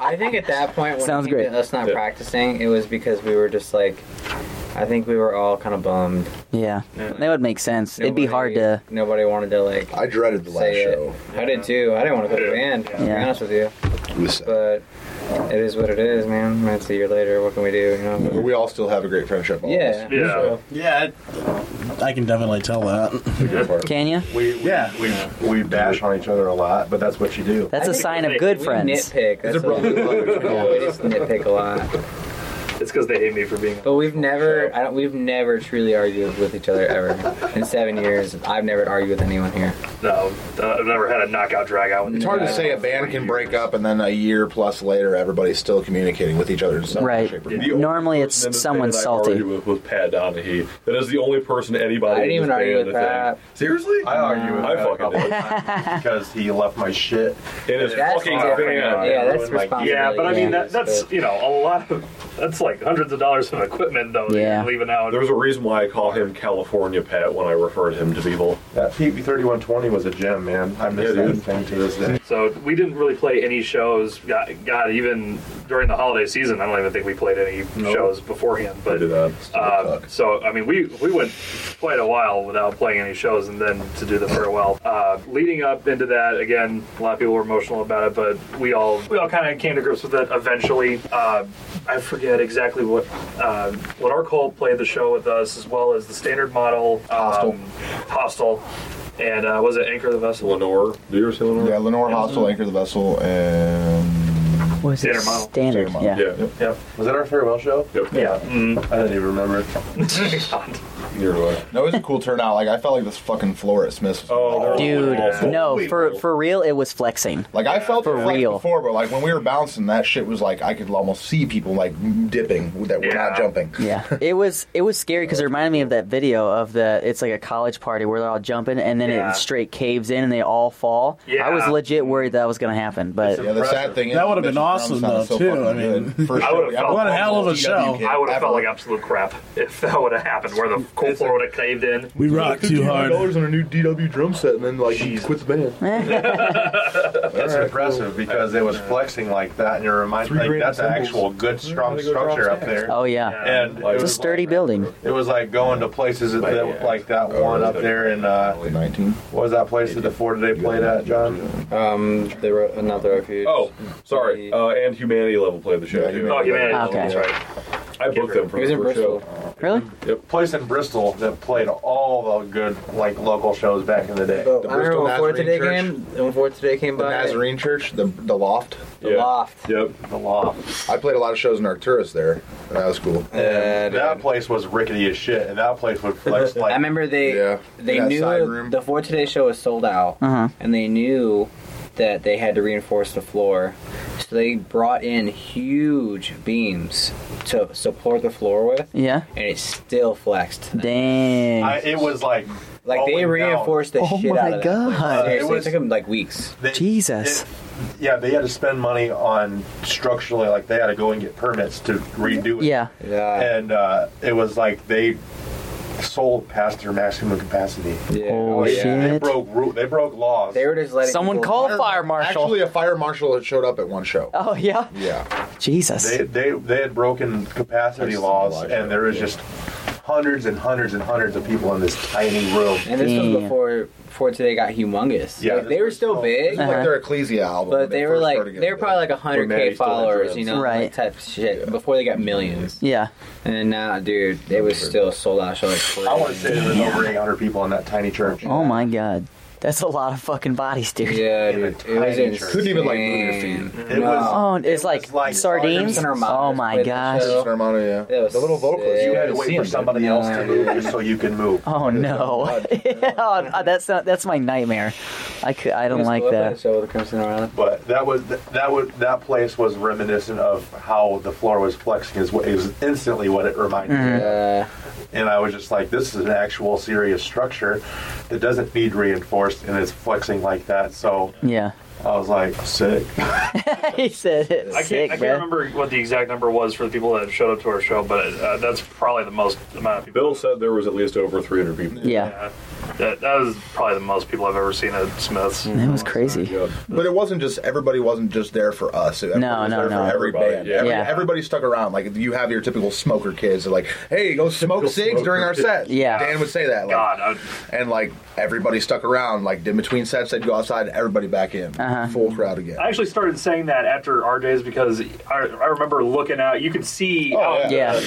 I think at that point, when
Sounds
it came to
great.
us not
Yeah.
practicing, it was because we were just like, I think we were all kind of bummed.
Yeah, that would make sense. It'd be hard
Nobody-
to.
Nobody wanted to like
I dreaded the last
say it.
show.
I did too. I didn't want to quit the band. To be
Yeah.
honest with you,
It was-
but it is what it is, man. It's a year later. What can we do? You know.
we all still have a great friendship. all of uh,
Yeah.
us.
Yeah.
Yeah, I, I can definitely tell that.
It's a good part.
Can you?
We, we,
Yeah.
we, we bash on each other a lot, but that's what you do.
That's a
think
sign of
they-
good
We
friends.
nitpick. That's
It's a
what we,
brother.
do. we just nitpick a lot.
It's because they hate me for being.
But we've never, I don't, we've never truly argued with each other ever. In seven years, I've never argued with anyone here.
No, uh, I've never had a knockout drag out.
It's hard to say a band can break up and then a year plus later everybody's still communicating with each other in some
Right.
shape or
The
form.
only
Normally, it's
person in this
someone
band I argued
salty.
With was Pat Donahue. That is the only person anybody.
I didn't
in
even
this
argue
band
with
that
that.
think- Seriously,
I argue with
I
that a
fucking
couple
did.
times because he left my shit.
It is
That's
fucking
different.
band.
Yeah, that's
Like,
responsibility.
Yeah, but I mean that, that's
but-
you know a lot of that's like hundreds of dollars of equipment though. that you're
Yeah.
leaving out.
There's a reason why I call him California Pat when I referred him to people.
That PB thirty one twenty was a gem, man. I miss
Yeah,
that
dude.
thing to this day.
So we didn't really play any shows. God, God, even during the holiday season, I don't even think we played any shows beforehand.
I
But
do that.
uh, so I mean, we we went quite a while without playing any shows, and then to do the farewell. Uh, leading up into that, again, a lot of people were emotional about it, but we all we all kind of came to grips with it eventually. Uh, I forget exactly what uh, what our cult played the show with us, as well as the standard model um, hostel. And uh, was it Anchor the Vessel?
Lenore, do you ever see Lenore?
Yeah, Lenore Hostel, Anchor the Vessel, and
What is it?
Standard model.
Standard.
Standard model.
Yeah.
Yeah.
Yep.
Was that our farewell show?
Yep.
Yeah.
I didn't even remember.
God.
Neither do I.
No, it was a cool turnout. Like I felt like this fucking floor at Smith's. was-
Oh, there was
Dude,
one also.
no,
Holy
for
cow.
for real, it was flexing.
Like I felt
For
it, like,
real.
before, but like when we were bouncing, that shit was like I could almost see people like dipping that were
Yeah.
not jumping.
Yeah, it was it was scary because it reminded me of that video of the it's like a college party where they're all jumping and then
Yeah.
it straight caves in and they all fall. I was
Yeah.
legit worried that was gonna happen, but
Yeah, the sad thing is
That would've been
Mitchell Brown
awesome,
sounded
though, too.
fucking
I mean,
good. First
I
show
would've
we-
felt-
What a hell of a
DW
show.
kid
I would have felt
ever.
like absolute crap if that would have happened, where the cold floor would have caved in.
We rock too hard.
$1,500 on a new DW drum set, and then like you
Jesus.
quit the band.
That's impressive because it was flexing like that, and you're reminded
Three
like
grand
that's an
symbols.
actual good, strong
they go drop
structure up
stacks.
there.
oh yeah,
And it
it's a
was
sturdy
like-
building.
It was like going to places that, that- like that one up there in uh,
Like 19.
what was that place that the four today played at, John?
Um, they wrote another refuge.
Oh, sorry. Uh, and Humanity Level played the show
Yeah,
too.
Oh, humanity.
Okay.
That's right.
I booked them for
He was
the
in
first
Bristol.
show.
Really?
Place in Bristol that played all the good like local shows back in the day.
But I remember
Bristol
when Fourth
Nazarene
Today
Church.
came. When Fourth Today came
The
by,
Nazarene Church, the the loft.
the
Yeah.
loft.
Yep.
The loft.
I played a lot of shows in Arcturus there, and that was cool.
Yeah,
that
dude.
place was rickety as shit, and that place would flex like
I remember they
Yeah.
they
That
knew
side room.
the Fourth Today show was sold out,
Uh huh.
and they knew that they had to reinforce the floor, so they brought in huge beams to support the floor with,
Yeah.
and it still flexed.
Dang.
I, it was like
Like they
rolling down.
reinforced the
Oh
shit
my
out of that place.
God.
Seriously,
It was-
it took them like weeks.
They-
Jesus.
it- yeah, they had to spend money on structurally, like they had to go and get permits to redo it.
yeah.
Yeah.
and uh, it was like they sold past their maximum capacity.
yeah.
Oh,
Like, They
shit.
broke ru- they broke laws.
They were just letting
Someone
people-
call fire marshal.
Actually, a fire marshal had showed up at one show.
oh yeah.
Uh-huh.
Yeah.
Jesus.
they, they they had broken capacity
That's
laws,
live
and there was
show, yeah.
just hundreds and hundreds and hundreds of people in this tiny room.
And this
Damn.
was before before today got humongous.
Yeah,
Like, they
this
were
was
still
so-
big,
Like their Ecclesia album. when
but they were
first
like
started
they
getting
were probably like
When Maddie
100k
still had
followers,
dreads.
you know,
Right.
like type shit before they got millions.
yeah.
And now, dude, it was still sold out. Show like crazy.
I want to say there was over 800 people in that tiny church.
Oh my god. That's a lot of fucking bodies, dude.
Yeah,
In a
dude, it was
tiny
insane.
church.
Couldn't even, like, move
It was.
Oh, and it's
It
like,
was like
sardines.
Sergeant and Armada
Oh my
played the
gosh.
show.
Sermano, yeah.
That was
The little vocalist.
sick.
You had to
could've
wait
seen
for
it.
somebody else to move just so you can move.
Oh no. yeah, oh, that's not, that's my nightmare. I could, I don't
Just
like
love
that.
show with the Crimson Island.
But that was that was that place was reminiscent of how the floor was flexing is what is instantly what it reminded me.
Mm-hmm.
of.
Uh,
And I was just like, this is an actual serious structure that doesn't need reinforced and it's flexing like that. So
Yeah.
I was like, sick.
he said it. Sick,
I can't, I can't
bro.
remember what the exact number was for the people that showed up to our show, but uh, that's probably the most amount of people.
Bill said there was at least over 300 people.
Yeah.
Yeah. That, that was probably the most people I've ever seen at Smith's.
That was crazy.
Yeah.
But it wasn't just everybody wasn't just there for us. Everybody
No,
was
no,
there
no.
For every
Everybody,
band,
yeah.
Every-
Yeah.
everybody stuck around. Like you have your typical smoker kids. They're like, hey, go smoke cigs during our set.
Yeah.
Dan would say that. Like,
God, I,
And like everybody stuck around. Like in between sets, they'd go outside. and Everybody back in.
Uh-huh.
Full crowd again.
I actually started saying that after RJ's because I, I remember looking out. You could see
Oh,
out.
Yeah.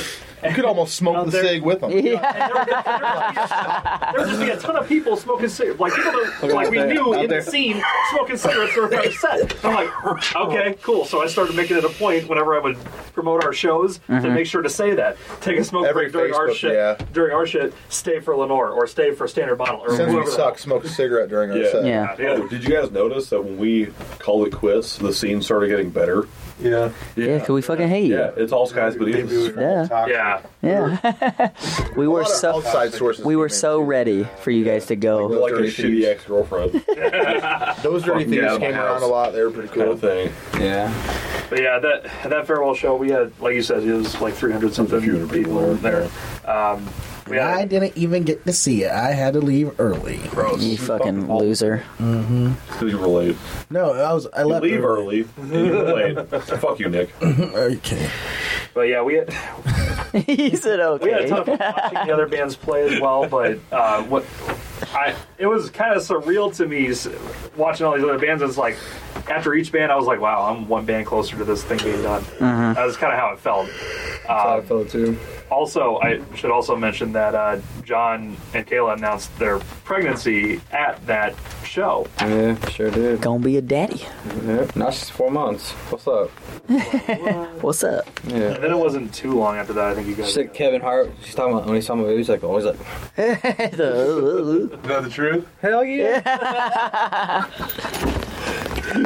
You could almost
Out
smoke the
there-
cig with them.
Yeah.
There would just be a ton of people smoking cigarettes. Like, people that, like we
there,
knew
out
in
there.
the scene smoking cigarettes during our set. I'm like, okay, cool. So I started making it a point whenever I would promote our shows to make sure to say that. Take a smoke
Every
break during our
Facebook,
shit.
yeah.
During our shit, stay for Lenore or stay for Standard Bottle or
Since
whoever.
we
the-
suck, smoke a cigarette during our
Yeah.
set.
Yeah.
Yeah.
Oh, did you guys notice that when we called it quits, the scene started getting better?
Yeah.
Yeah. Cause we fucking hate you.
Yeah, it's all skies but
Maybe we
Eagles.
were all toxic.
Yeah.
Yeah. we
A
were
lot of
so
outside sources.
we were
came in.
so ready for you guys to go.
Like a
Dirty
shitty
Thieves.
ex girlfriend kind
Those dirty
Fucking
things
get out of my
came around
house.
a lot. They were pretty cool.
of thing.
yeah.
But yeah, that that farewell show we had, like you said, it was like 300 something
Few hundred people,
people, there. Um, we had-
I didn't even get to see it. I had to leave early.
You fucking
all-
loser.
Because you were late.
No, I was. I
You
left
leave early. and You were late. Fuck you, Nick.
Okay.
but yeah, we had,
he said
we had a
okay.
ton of fun watching the other bands play as well. But uh, what I it was kind of surreal to me s- watching all these other bands. It's like after each band, I was like, wow, I'm one band closer to this thing being done.
Mm-hmm.
That was kind of how it felt.
I
Um,
felt Uh, too.
Also, I should also mention that uh, John and Kayla announced their pregnancy at that
show.
Yeah, sure did.
Gonna be a daddy.
Yeah. Now she's four months. What's up?
What's up?
Yeah.
And then it wasn't too long after that. I think you guys.
She's like Kevin Hart. She's talking about when he's talking about movies, like always like,
The-
Is that the truth?
hell yeah.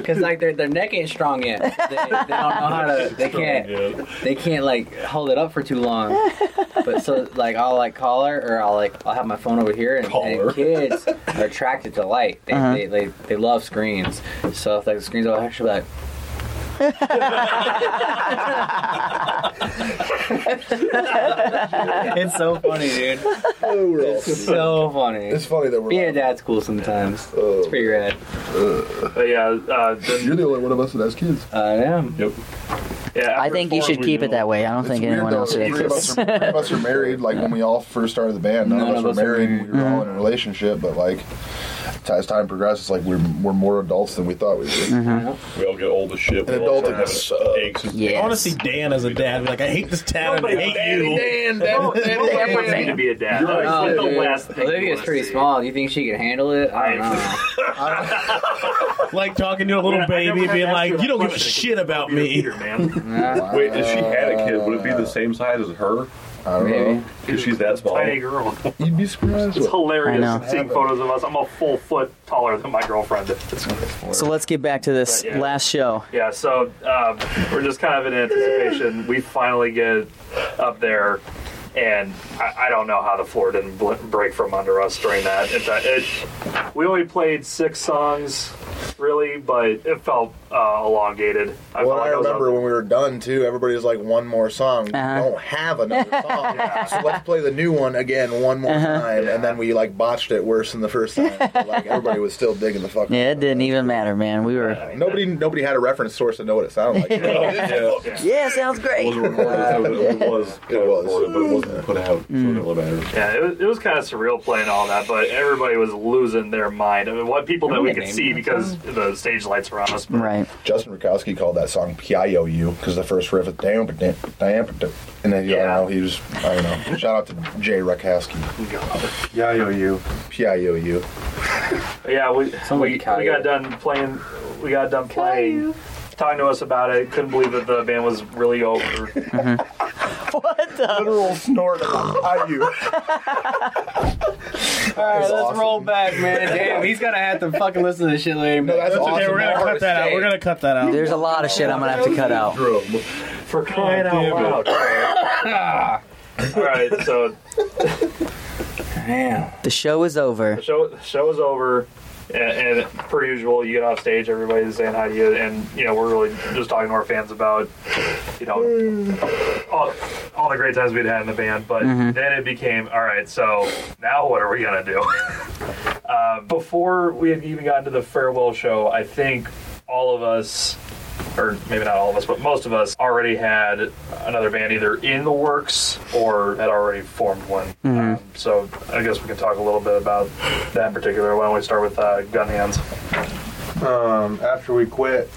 Cause like their their neck ain't strong yet. They, they don't know how to. They can't.
Yeah.
they can't like hold it up for too long. But so like I'll like call her or I'll like I'll have my phone over here and,
Call her.
and kids are attracted to light. They,
Uh-huh.
they, they they love screens. So if like the screens are actually like it's so funny, dude. It's so funny.
It's funny that we're.
Being a dad's cool sometimes.
Oh.
It's pretty rad.
But yeah, uh, then,
You're the only one of us that has kids.
I am.
Yep.
yeah.
I think you should keep it that way. I don't think
It's weird,
anyone
though,
else
the
should.
Three of, us are, three of us are married. Like when we all first started the band, none, of us were married. We were
Mm-hmm.
all in a relationship, but like t- as time progresses, like we're we're more adults than we thought we were.
Mm-hmm.
We all get old as shit.
And
we all
adulting
start having
sucks.
aches and
Yes.
I want to see Dan as a dad. Be like, I hate this town. and I hate you.
Dan,
No, no efforts made to be a dad.
You're
That's
Oh,
like
dude.
the last thing. you
Olivia's
wanna
pretty
see.
small. Do you think she can handle it? I don't
I-
know.
Like talking to a little
I never
baby,
had
being like,
to-
you don't give a shit about me.
Peter, man.
Wait, if she had a kid, would it be the same size as her?
I don't
Maybe.
know.
Because she's that small.
Tiny girl.
You'd be surprised.
It's
What,
I
hilarious
know.
seeing photos of us. I'm a full foot taller than my girlfriend.
So let's get back to this
But, yeah.
last show.
Yeah, so um, we're just kind of in anticipation. We finally get up there, and I, I don't know how the floor didn't bl- break from under us during that. It, it, we only played six songs, really, but it felt uh, elongated. I
well,
felt
I
like was up-
remember when we were done too. Everybody was like, "One more song.
Uh-huh.
We don't have another song, so let's play the new one again one more
Uh-huh.
time." And then we like botched it worse than the first time. But, like everybody was still digging the fuck.
Yeah, it didn't even matter, man. We were.
Nobody, nobody had a reference source to know what it sounded like.
yeah.
Yeah, sounds
It
great.
wasn't recorded, so it was kind of
was.
recorded, but it wasn't put out, so it didn't really matter.
Yeah, it was, it was kind of surreal playing all that, but everybody was losing their mind. I mean, what people that we could see because the stage lights were on us. but-
Right.
Justin Rukowski called that song "P.I.O.U." because the first riff is damn, damn, damn, and then you
Yeah.
know he was I don't know. Shout out to Jay Rukowski.
Yeah, yo, you.
P.I.O.U.
Yeah, we
Somebody
we, we
caught
got
it.
done playing. We got done playing. Talking to us about it, couldn't believe that the band was really over.
Literal snort of you.
All right,
That's
let's
awesome.
roll back, man. Damn, he's gonna have to fucking listen to this shit later.
No, that's
That's
awesome.
okay. We're gonna cut that out. We're gonna cut that out.
There's a lot of shit I'm gonna have to cut out.
Drum.
For crying
damn
out loud! All right, so
Damn.
The show is over.
the show the show is over, and, and per usual, you get off stage, everybody's saying hi to you, and you know we're really just talking to our fans about you know all, all the great times we'd had in the band. But then it became all right. So now what are we gonna do? um, before we had even gotten to the farewell show, I think all of us. Or maybe not all of us, but most of us already had another band either in the works or had already formed one. Um, so I guess we can talk a little bit about that in particular. Why don't we start with uh, Gun Hands?
um, after we quit,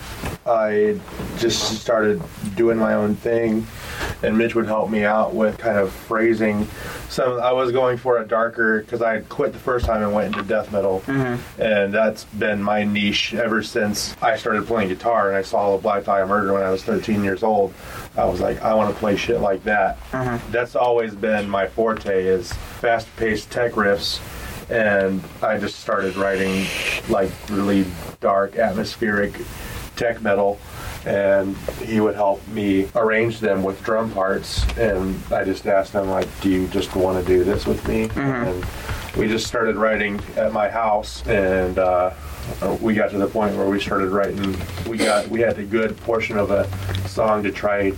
I just started doing my own thing, and Mitch would help me out with kind of phrasing. Some I was going for a darker because I had quit the first time and went into death metal, and that's been my niche ever since I started playing guitar. And I saw the Black Tie Murder when I was 13 years old. I was like, I want to play shit like that. That's always been my forte is fast-paced tech riffs and I just started writing like really dark, atmospheric tech metal. And he would help me arrange them with drum parts, and I just asked him like, "Do you just want to do this with me?" And we just started writing at my house, and uh, we got to the point where we started writing. We got we had a good portion of a song to try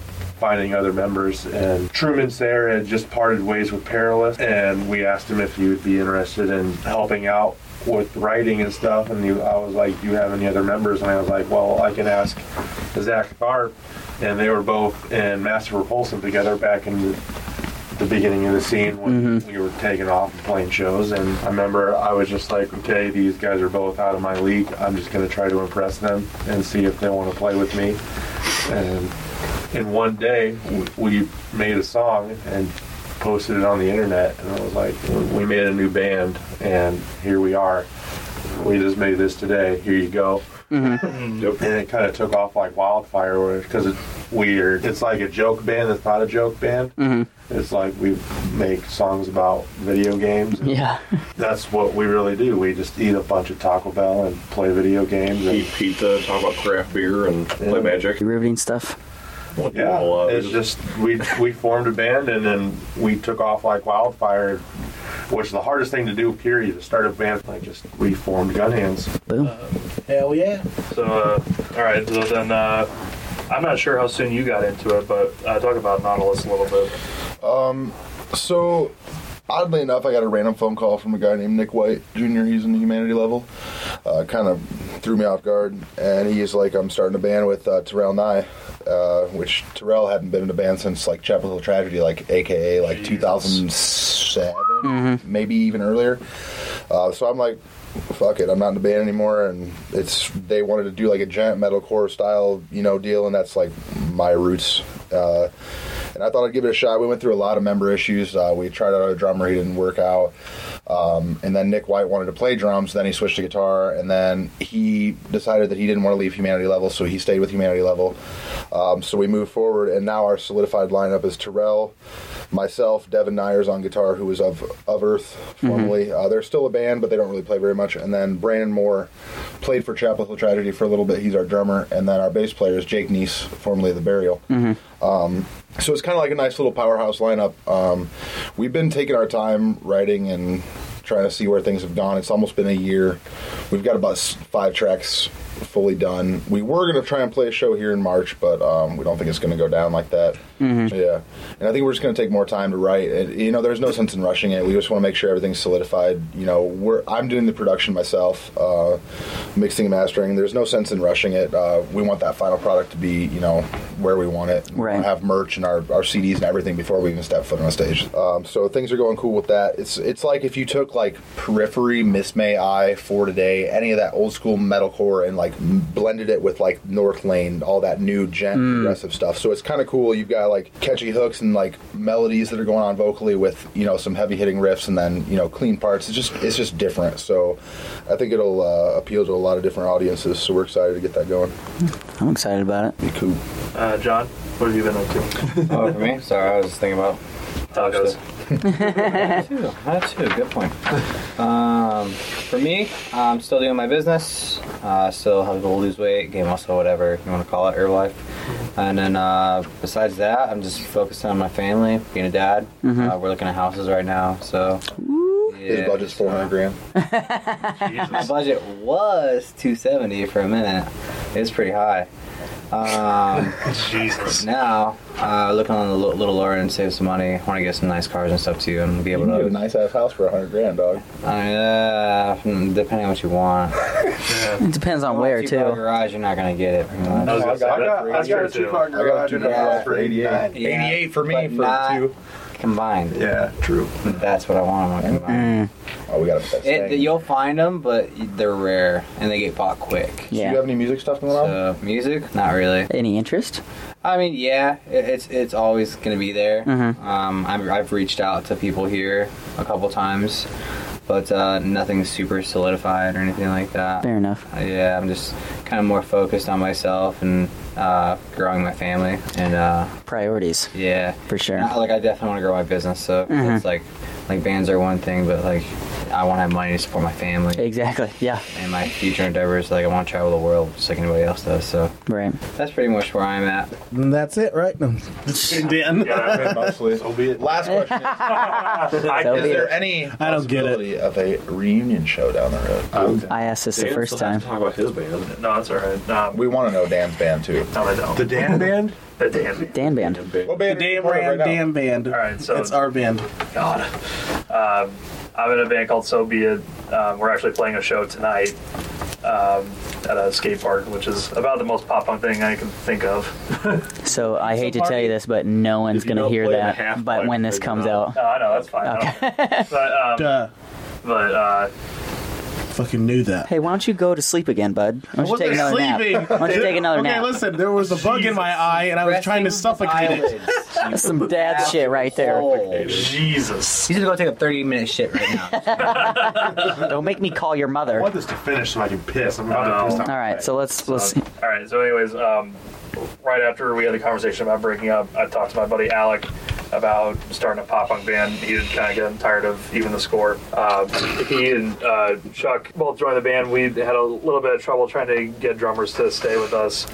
finding other members. And Truman Sayre had just parted ways with Perilous, and we asked him if he would be interested in helping out with writing and stuff. And he, I was like, "Do you have any other members?" And I was like, "Well, I can ask Zach Tharp." And they were both in Master Repulsive together back in the the beginning of the scene when we were taking off and playing shows. And I remember I was just like, okay, these guys are both out of my league. I'm just going to try to impress them and see if they want to play with me. And in one day, w- we made a song and posted it on the internet. And I was like, we made a new band, and here we are we just made this today. Here you go.
Yep.
And it kind of took off like wildfire because it's weird. It's like a joke band that's not a joke band. It's like we make songs about video games. and
Yeah.
That's what we really do. We just eat a bunch of Taco Bell and play video games. And,
Eat pizza, talk about craft beer, and play
Yeah.
magic.
Riveting stuff.
yeah,
Well, uh,
it's just we we formed a band and then we took off like wildfire, which is the hardest thing to do. Period. To start a band like just we formed Gun Hands.
Boom.
Hell yeah.
So, uh, all right. So then, uh, I'm not sure how soon you got into it, but uh, talk about Nautilus a little bit.
So, oddly enough, I got a random phone call from a guy named Nick White Jr. He's in the humanity level. Uh, kind of threw me off guard, and he's like, "I'm starting a band with uh, Terrell Nye," uh, which Terrell hadn't been in a band since like Chapel Hill Tragedy, like AKA like 2007, maybe even earlier. Uh, so I'm like, fuck it, I'm not in the band anymore. And it's they wanted to do like a giant metalcore style, you know, deal, and that's like my roots. Uh, and I thought I'd give it a shot. We went through a lot of member issues. Uh, we tried out a drummer, he didn't work out. Um, and then Nick White wanted to play drums, then he switched to guitar, and then he decided that he didn't want to leave Humanity Level, so he stayed with Humanity Level. Um, so we moved forward, and now our solidified lineup is Terrell, myself, Devin Nyers on guitar, who was of of Earth formerly. Uh, they're still a band, but they don't really play very much. And then Brandon Moore played for Chapel Hill Tragedy for a little bit. He's our drummer, and then our bass player is Jake Neese, formerly of The Burial. So it's kind of like a nice little powerhouse lineup. Um, we've been taking our time writing and trying to see where things have gone. It's almost been a year. We've got about s- five tracks fully done. We were going to try and play a show here in March, but um, we don't think it's going to go down like that. Yeah. And I think we're just going to take more time to write. And, you know, there's no sense in rushing it. We just want to make sure everything's solidified. You know, we're I'm doing the production myself, uh, mixing and mastering. There's no sense in rushing it. Uh, we want that final product to be, you know, where we want it. We wanna
Right.
Have have merch and our, our CDs and everything before we even step foot on a stage. Um, so things are going cool with that. It's it's like if you took like Periphery, Miss May I, For Today, any of that old school metalcore and like m- blended it with like North Lane, all that new gent progressive stuff. So it's kind of cool. You've got like catchy hooks and like melodies that are going on vocally with you know some heavy hitting riffs and then you know clean parts. It's just it's just different. So I think it'll uh, appeal to a lot of different audiences. So we're excited to get that going.
I'm excited about it.
Be cool.
Uh, John, what have you been up to?
Oh, for me? Sorry, I was just thinking about
Tacos.
Two. That too. Good point. Um, for me, I'm still doing my business. Uh, still have to lose weight, gain muscle, whatever you want to call it, Herbalife. And then uh, besides that, I'm just focusing on my family, being a dad. Uh, we're looking at houses right now, so.
His budget's 400 grand.
My budget was 270 for a minute. It's pretty high. Um,
Jesus.
now, uh, looking on a little, little lower and save some money. Want to get some nice cars and stuff too, and be
You
able
can
to
get a nice ass house for 100 grand, dog.
Uh, mm, depending on what you want.
It depends on
If
where
you buy a
too.
garage, you're not gonna get it. Pretty much.
I
was
got,
gonna say,
I got,
for
I got a
82.
two car
I got a
garage
two
and a
car garage
garage
for
for
88.
89.
Yeah,
for
but not combined.
Yeah, true.
That's what I want. I want
Mm.
combined.
Oh, we got to put that
It,
thing.
you'll find them, but they're rare and they get bought quick.
Do you have
Yeah.
any music stuff going on?
So music, not really.
Any interest?
I mean, yeah, it, it's it's always gonna be there.
Mm-hmm.
Um, I've I've reached out to people here a couple times, but uh, nothing super solidified or anything like that.
Fair enough.
Yeah, I'm just kind of more focused on myself and uh, growing my family. And uh,
Priorities
yeah,
for sure. Mm-hmm.
Uh, like I definitely want to grow my business. So it's like, like bands are one thing, but like I want to have money to support my family
Exactly. Yeah.
and my future endeavors. Like I want to travel the world just like anybody else does. So
Right.
that's pretty much where I'm at.
And that's it, right? No. Dan.
mostly.
So be it.
Last question.
So
Is
be
there
it.
any
I don't get it.
possibility of a reunion show down the road?
I asked this the
Dan
first
still
time.
has to Talk about his band.
No, that's all right. Um,
we want to know Dan's band, too.
no, I don't.
The Dan Band?
The damn.
Dan band.
What band are you
Dan
supporting
Brand,
right now?
Dan Band.
All right, so
it's our band.
God. Um, I'm in a band called So Be It. Um, we're actually playing a show tonight um, at a skate park, which is about the most pop punk thing I can think of.
So I hate to tell you this, but no one's
If you
gonna
don't
hear
play the
that.
half
But
pipe,
when this
then
comes
no.
out,
No, I know that's fine. I don't- but um,
Duh.
but uh,
fucking knew that.
Hey, why don't you go to sleep again, bud? Why don't you take another nap? Why don't you take another
okay,
nap?
listen, there was a bug in my eye and I was trying to suffocate it.
That's some dad shit right there.
Oh.
Jesus.
He's gonna go take a 30 minute shit right now.
Don't make me call your
I
mother.
want this to finish so I can piss. I'm about to piss.
All right, so let's let's.
All right. So, anyways, um, right after we had the conversation about breaking up, I talked to my buddy Alec about starting a pop punk band. He had kind of gotten tired of even the score. Um, he and uh, Chuck both joined the band. We had a little bit of trouble trying to get drummers to stay with us.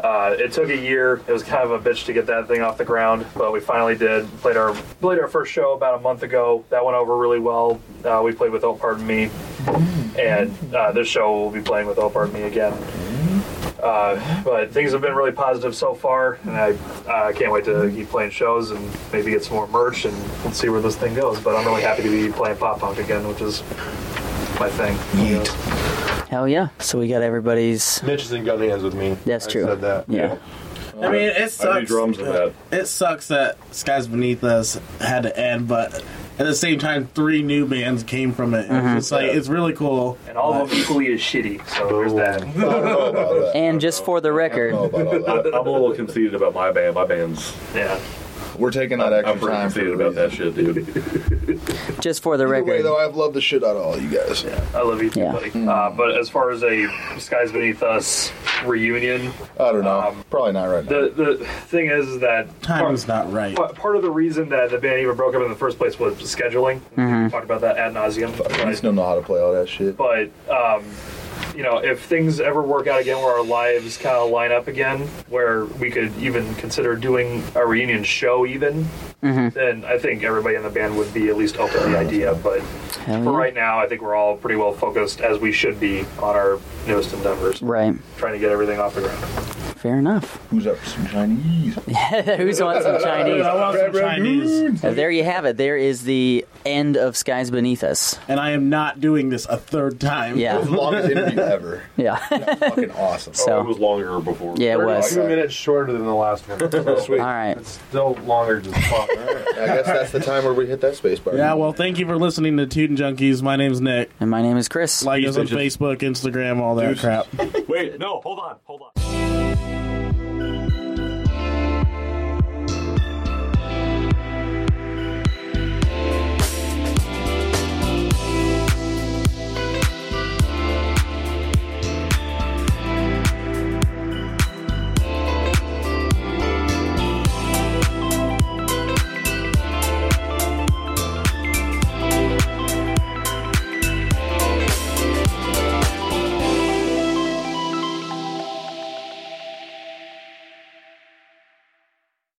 Uh, it took a year. It was kind of a bitch to get that thing off the ground, but we finally did. Played our played our first show about a month ago. That went over really well. Uh, we played with Oh Pardon Me, and uh, this show we'll be playing with Oh Pardon Me again. Uh, but things have been really positive so far, and I uh, can't wait to keep playing shows and maybe get some more merch and, and see where this thing goes. But I'm really happy to be playing pop punk again, which is my thing.
Hell yeah! So we got everybody's.
Mitch is in gun hands with me.
That's
I
true.
Said that.
Yeah.
I mean, it
I
sucks.
need drums in that.
It sucks that Skies Beneath Us had to end, but at the same time, three new bands came from it. It's like it's really cool.
And all of them equally as shitty. So there's that.
I don't know about that.
And just for the
I don't
record,
know about all that.
I'm a little conceited about my band. My band's
Yeah.
We're taking that extra
I'm pretty
time. for
conceited
a
about that
reason.
shit, dude.
just for the
Either way,
record,
though, I've loved the shit out of all you guys.
I love you, too,
Yeah.
buddy. Uh, but as far as a Skies Beneath Us reunion,
I don't know.
Um,
Probably not right now.
the the thing is is that
Time's not right.
But part of the reason that the band even broke up in the first place was scheduling. We talked about that ad nauseum.
I just don't know how to play all that shit.
But um, you know, if things ever work out again, where our lives kind of line up again, where we could even consider doing a reunion show, even then I think everybody in the band would be at least open to the idea. But
Hell
for
yeah.
right now, I think we're all pretty well focused, as we should be, on our newest endeavors,
right?
trying to get everything off the ground.
Fair enough.
Who's up for some Chinese?
Who's on some Chinese?
I want some Chinese,
Uh, There you have it. There is the end of Skies Beneath Us.
and I am not doing this a third time.
Yeah.
Longest interview ever.
Yeah.
Fucking awesome.
Oh,
So-
it was longer before.
Yeah, it was.
Two minutes shorter than the last one.
All right.
It's still longer just fuck.
I guess that's the time where we hit that space bar.
Yeah, well, thank you for listening to Tootin' Junkies. My name's Nick.
And my name is Chris.
Like us on
Deuces.
Facebook, Instagram, all that crap.
Wait, no, hold on, hold on.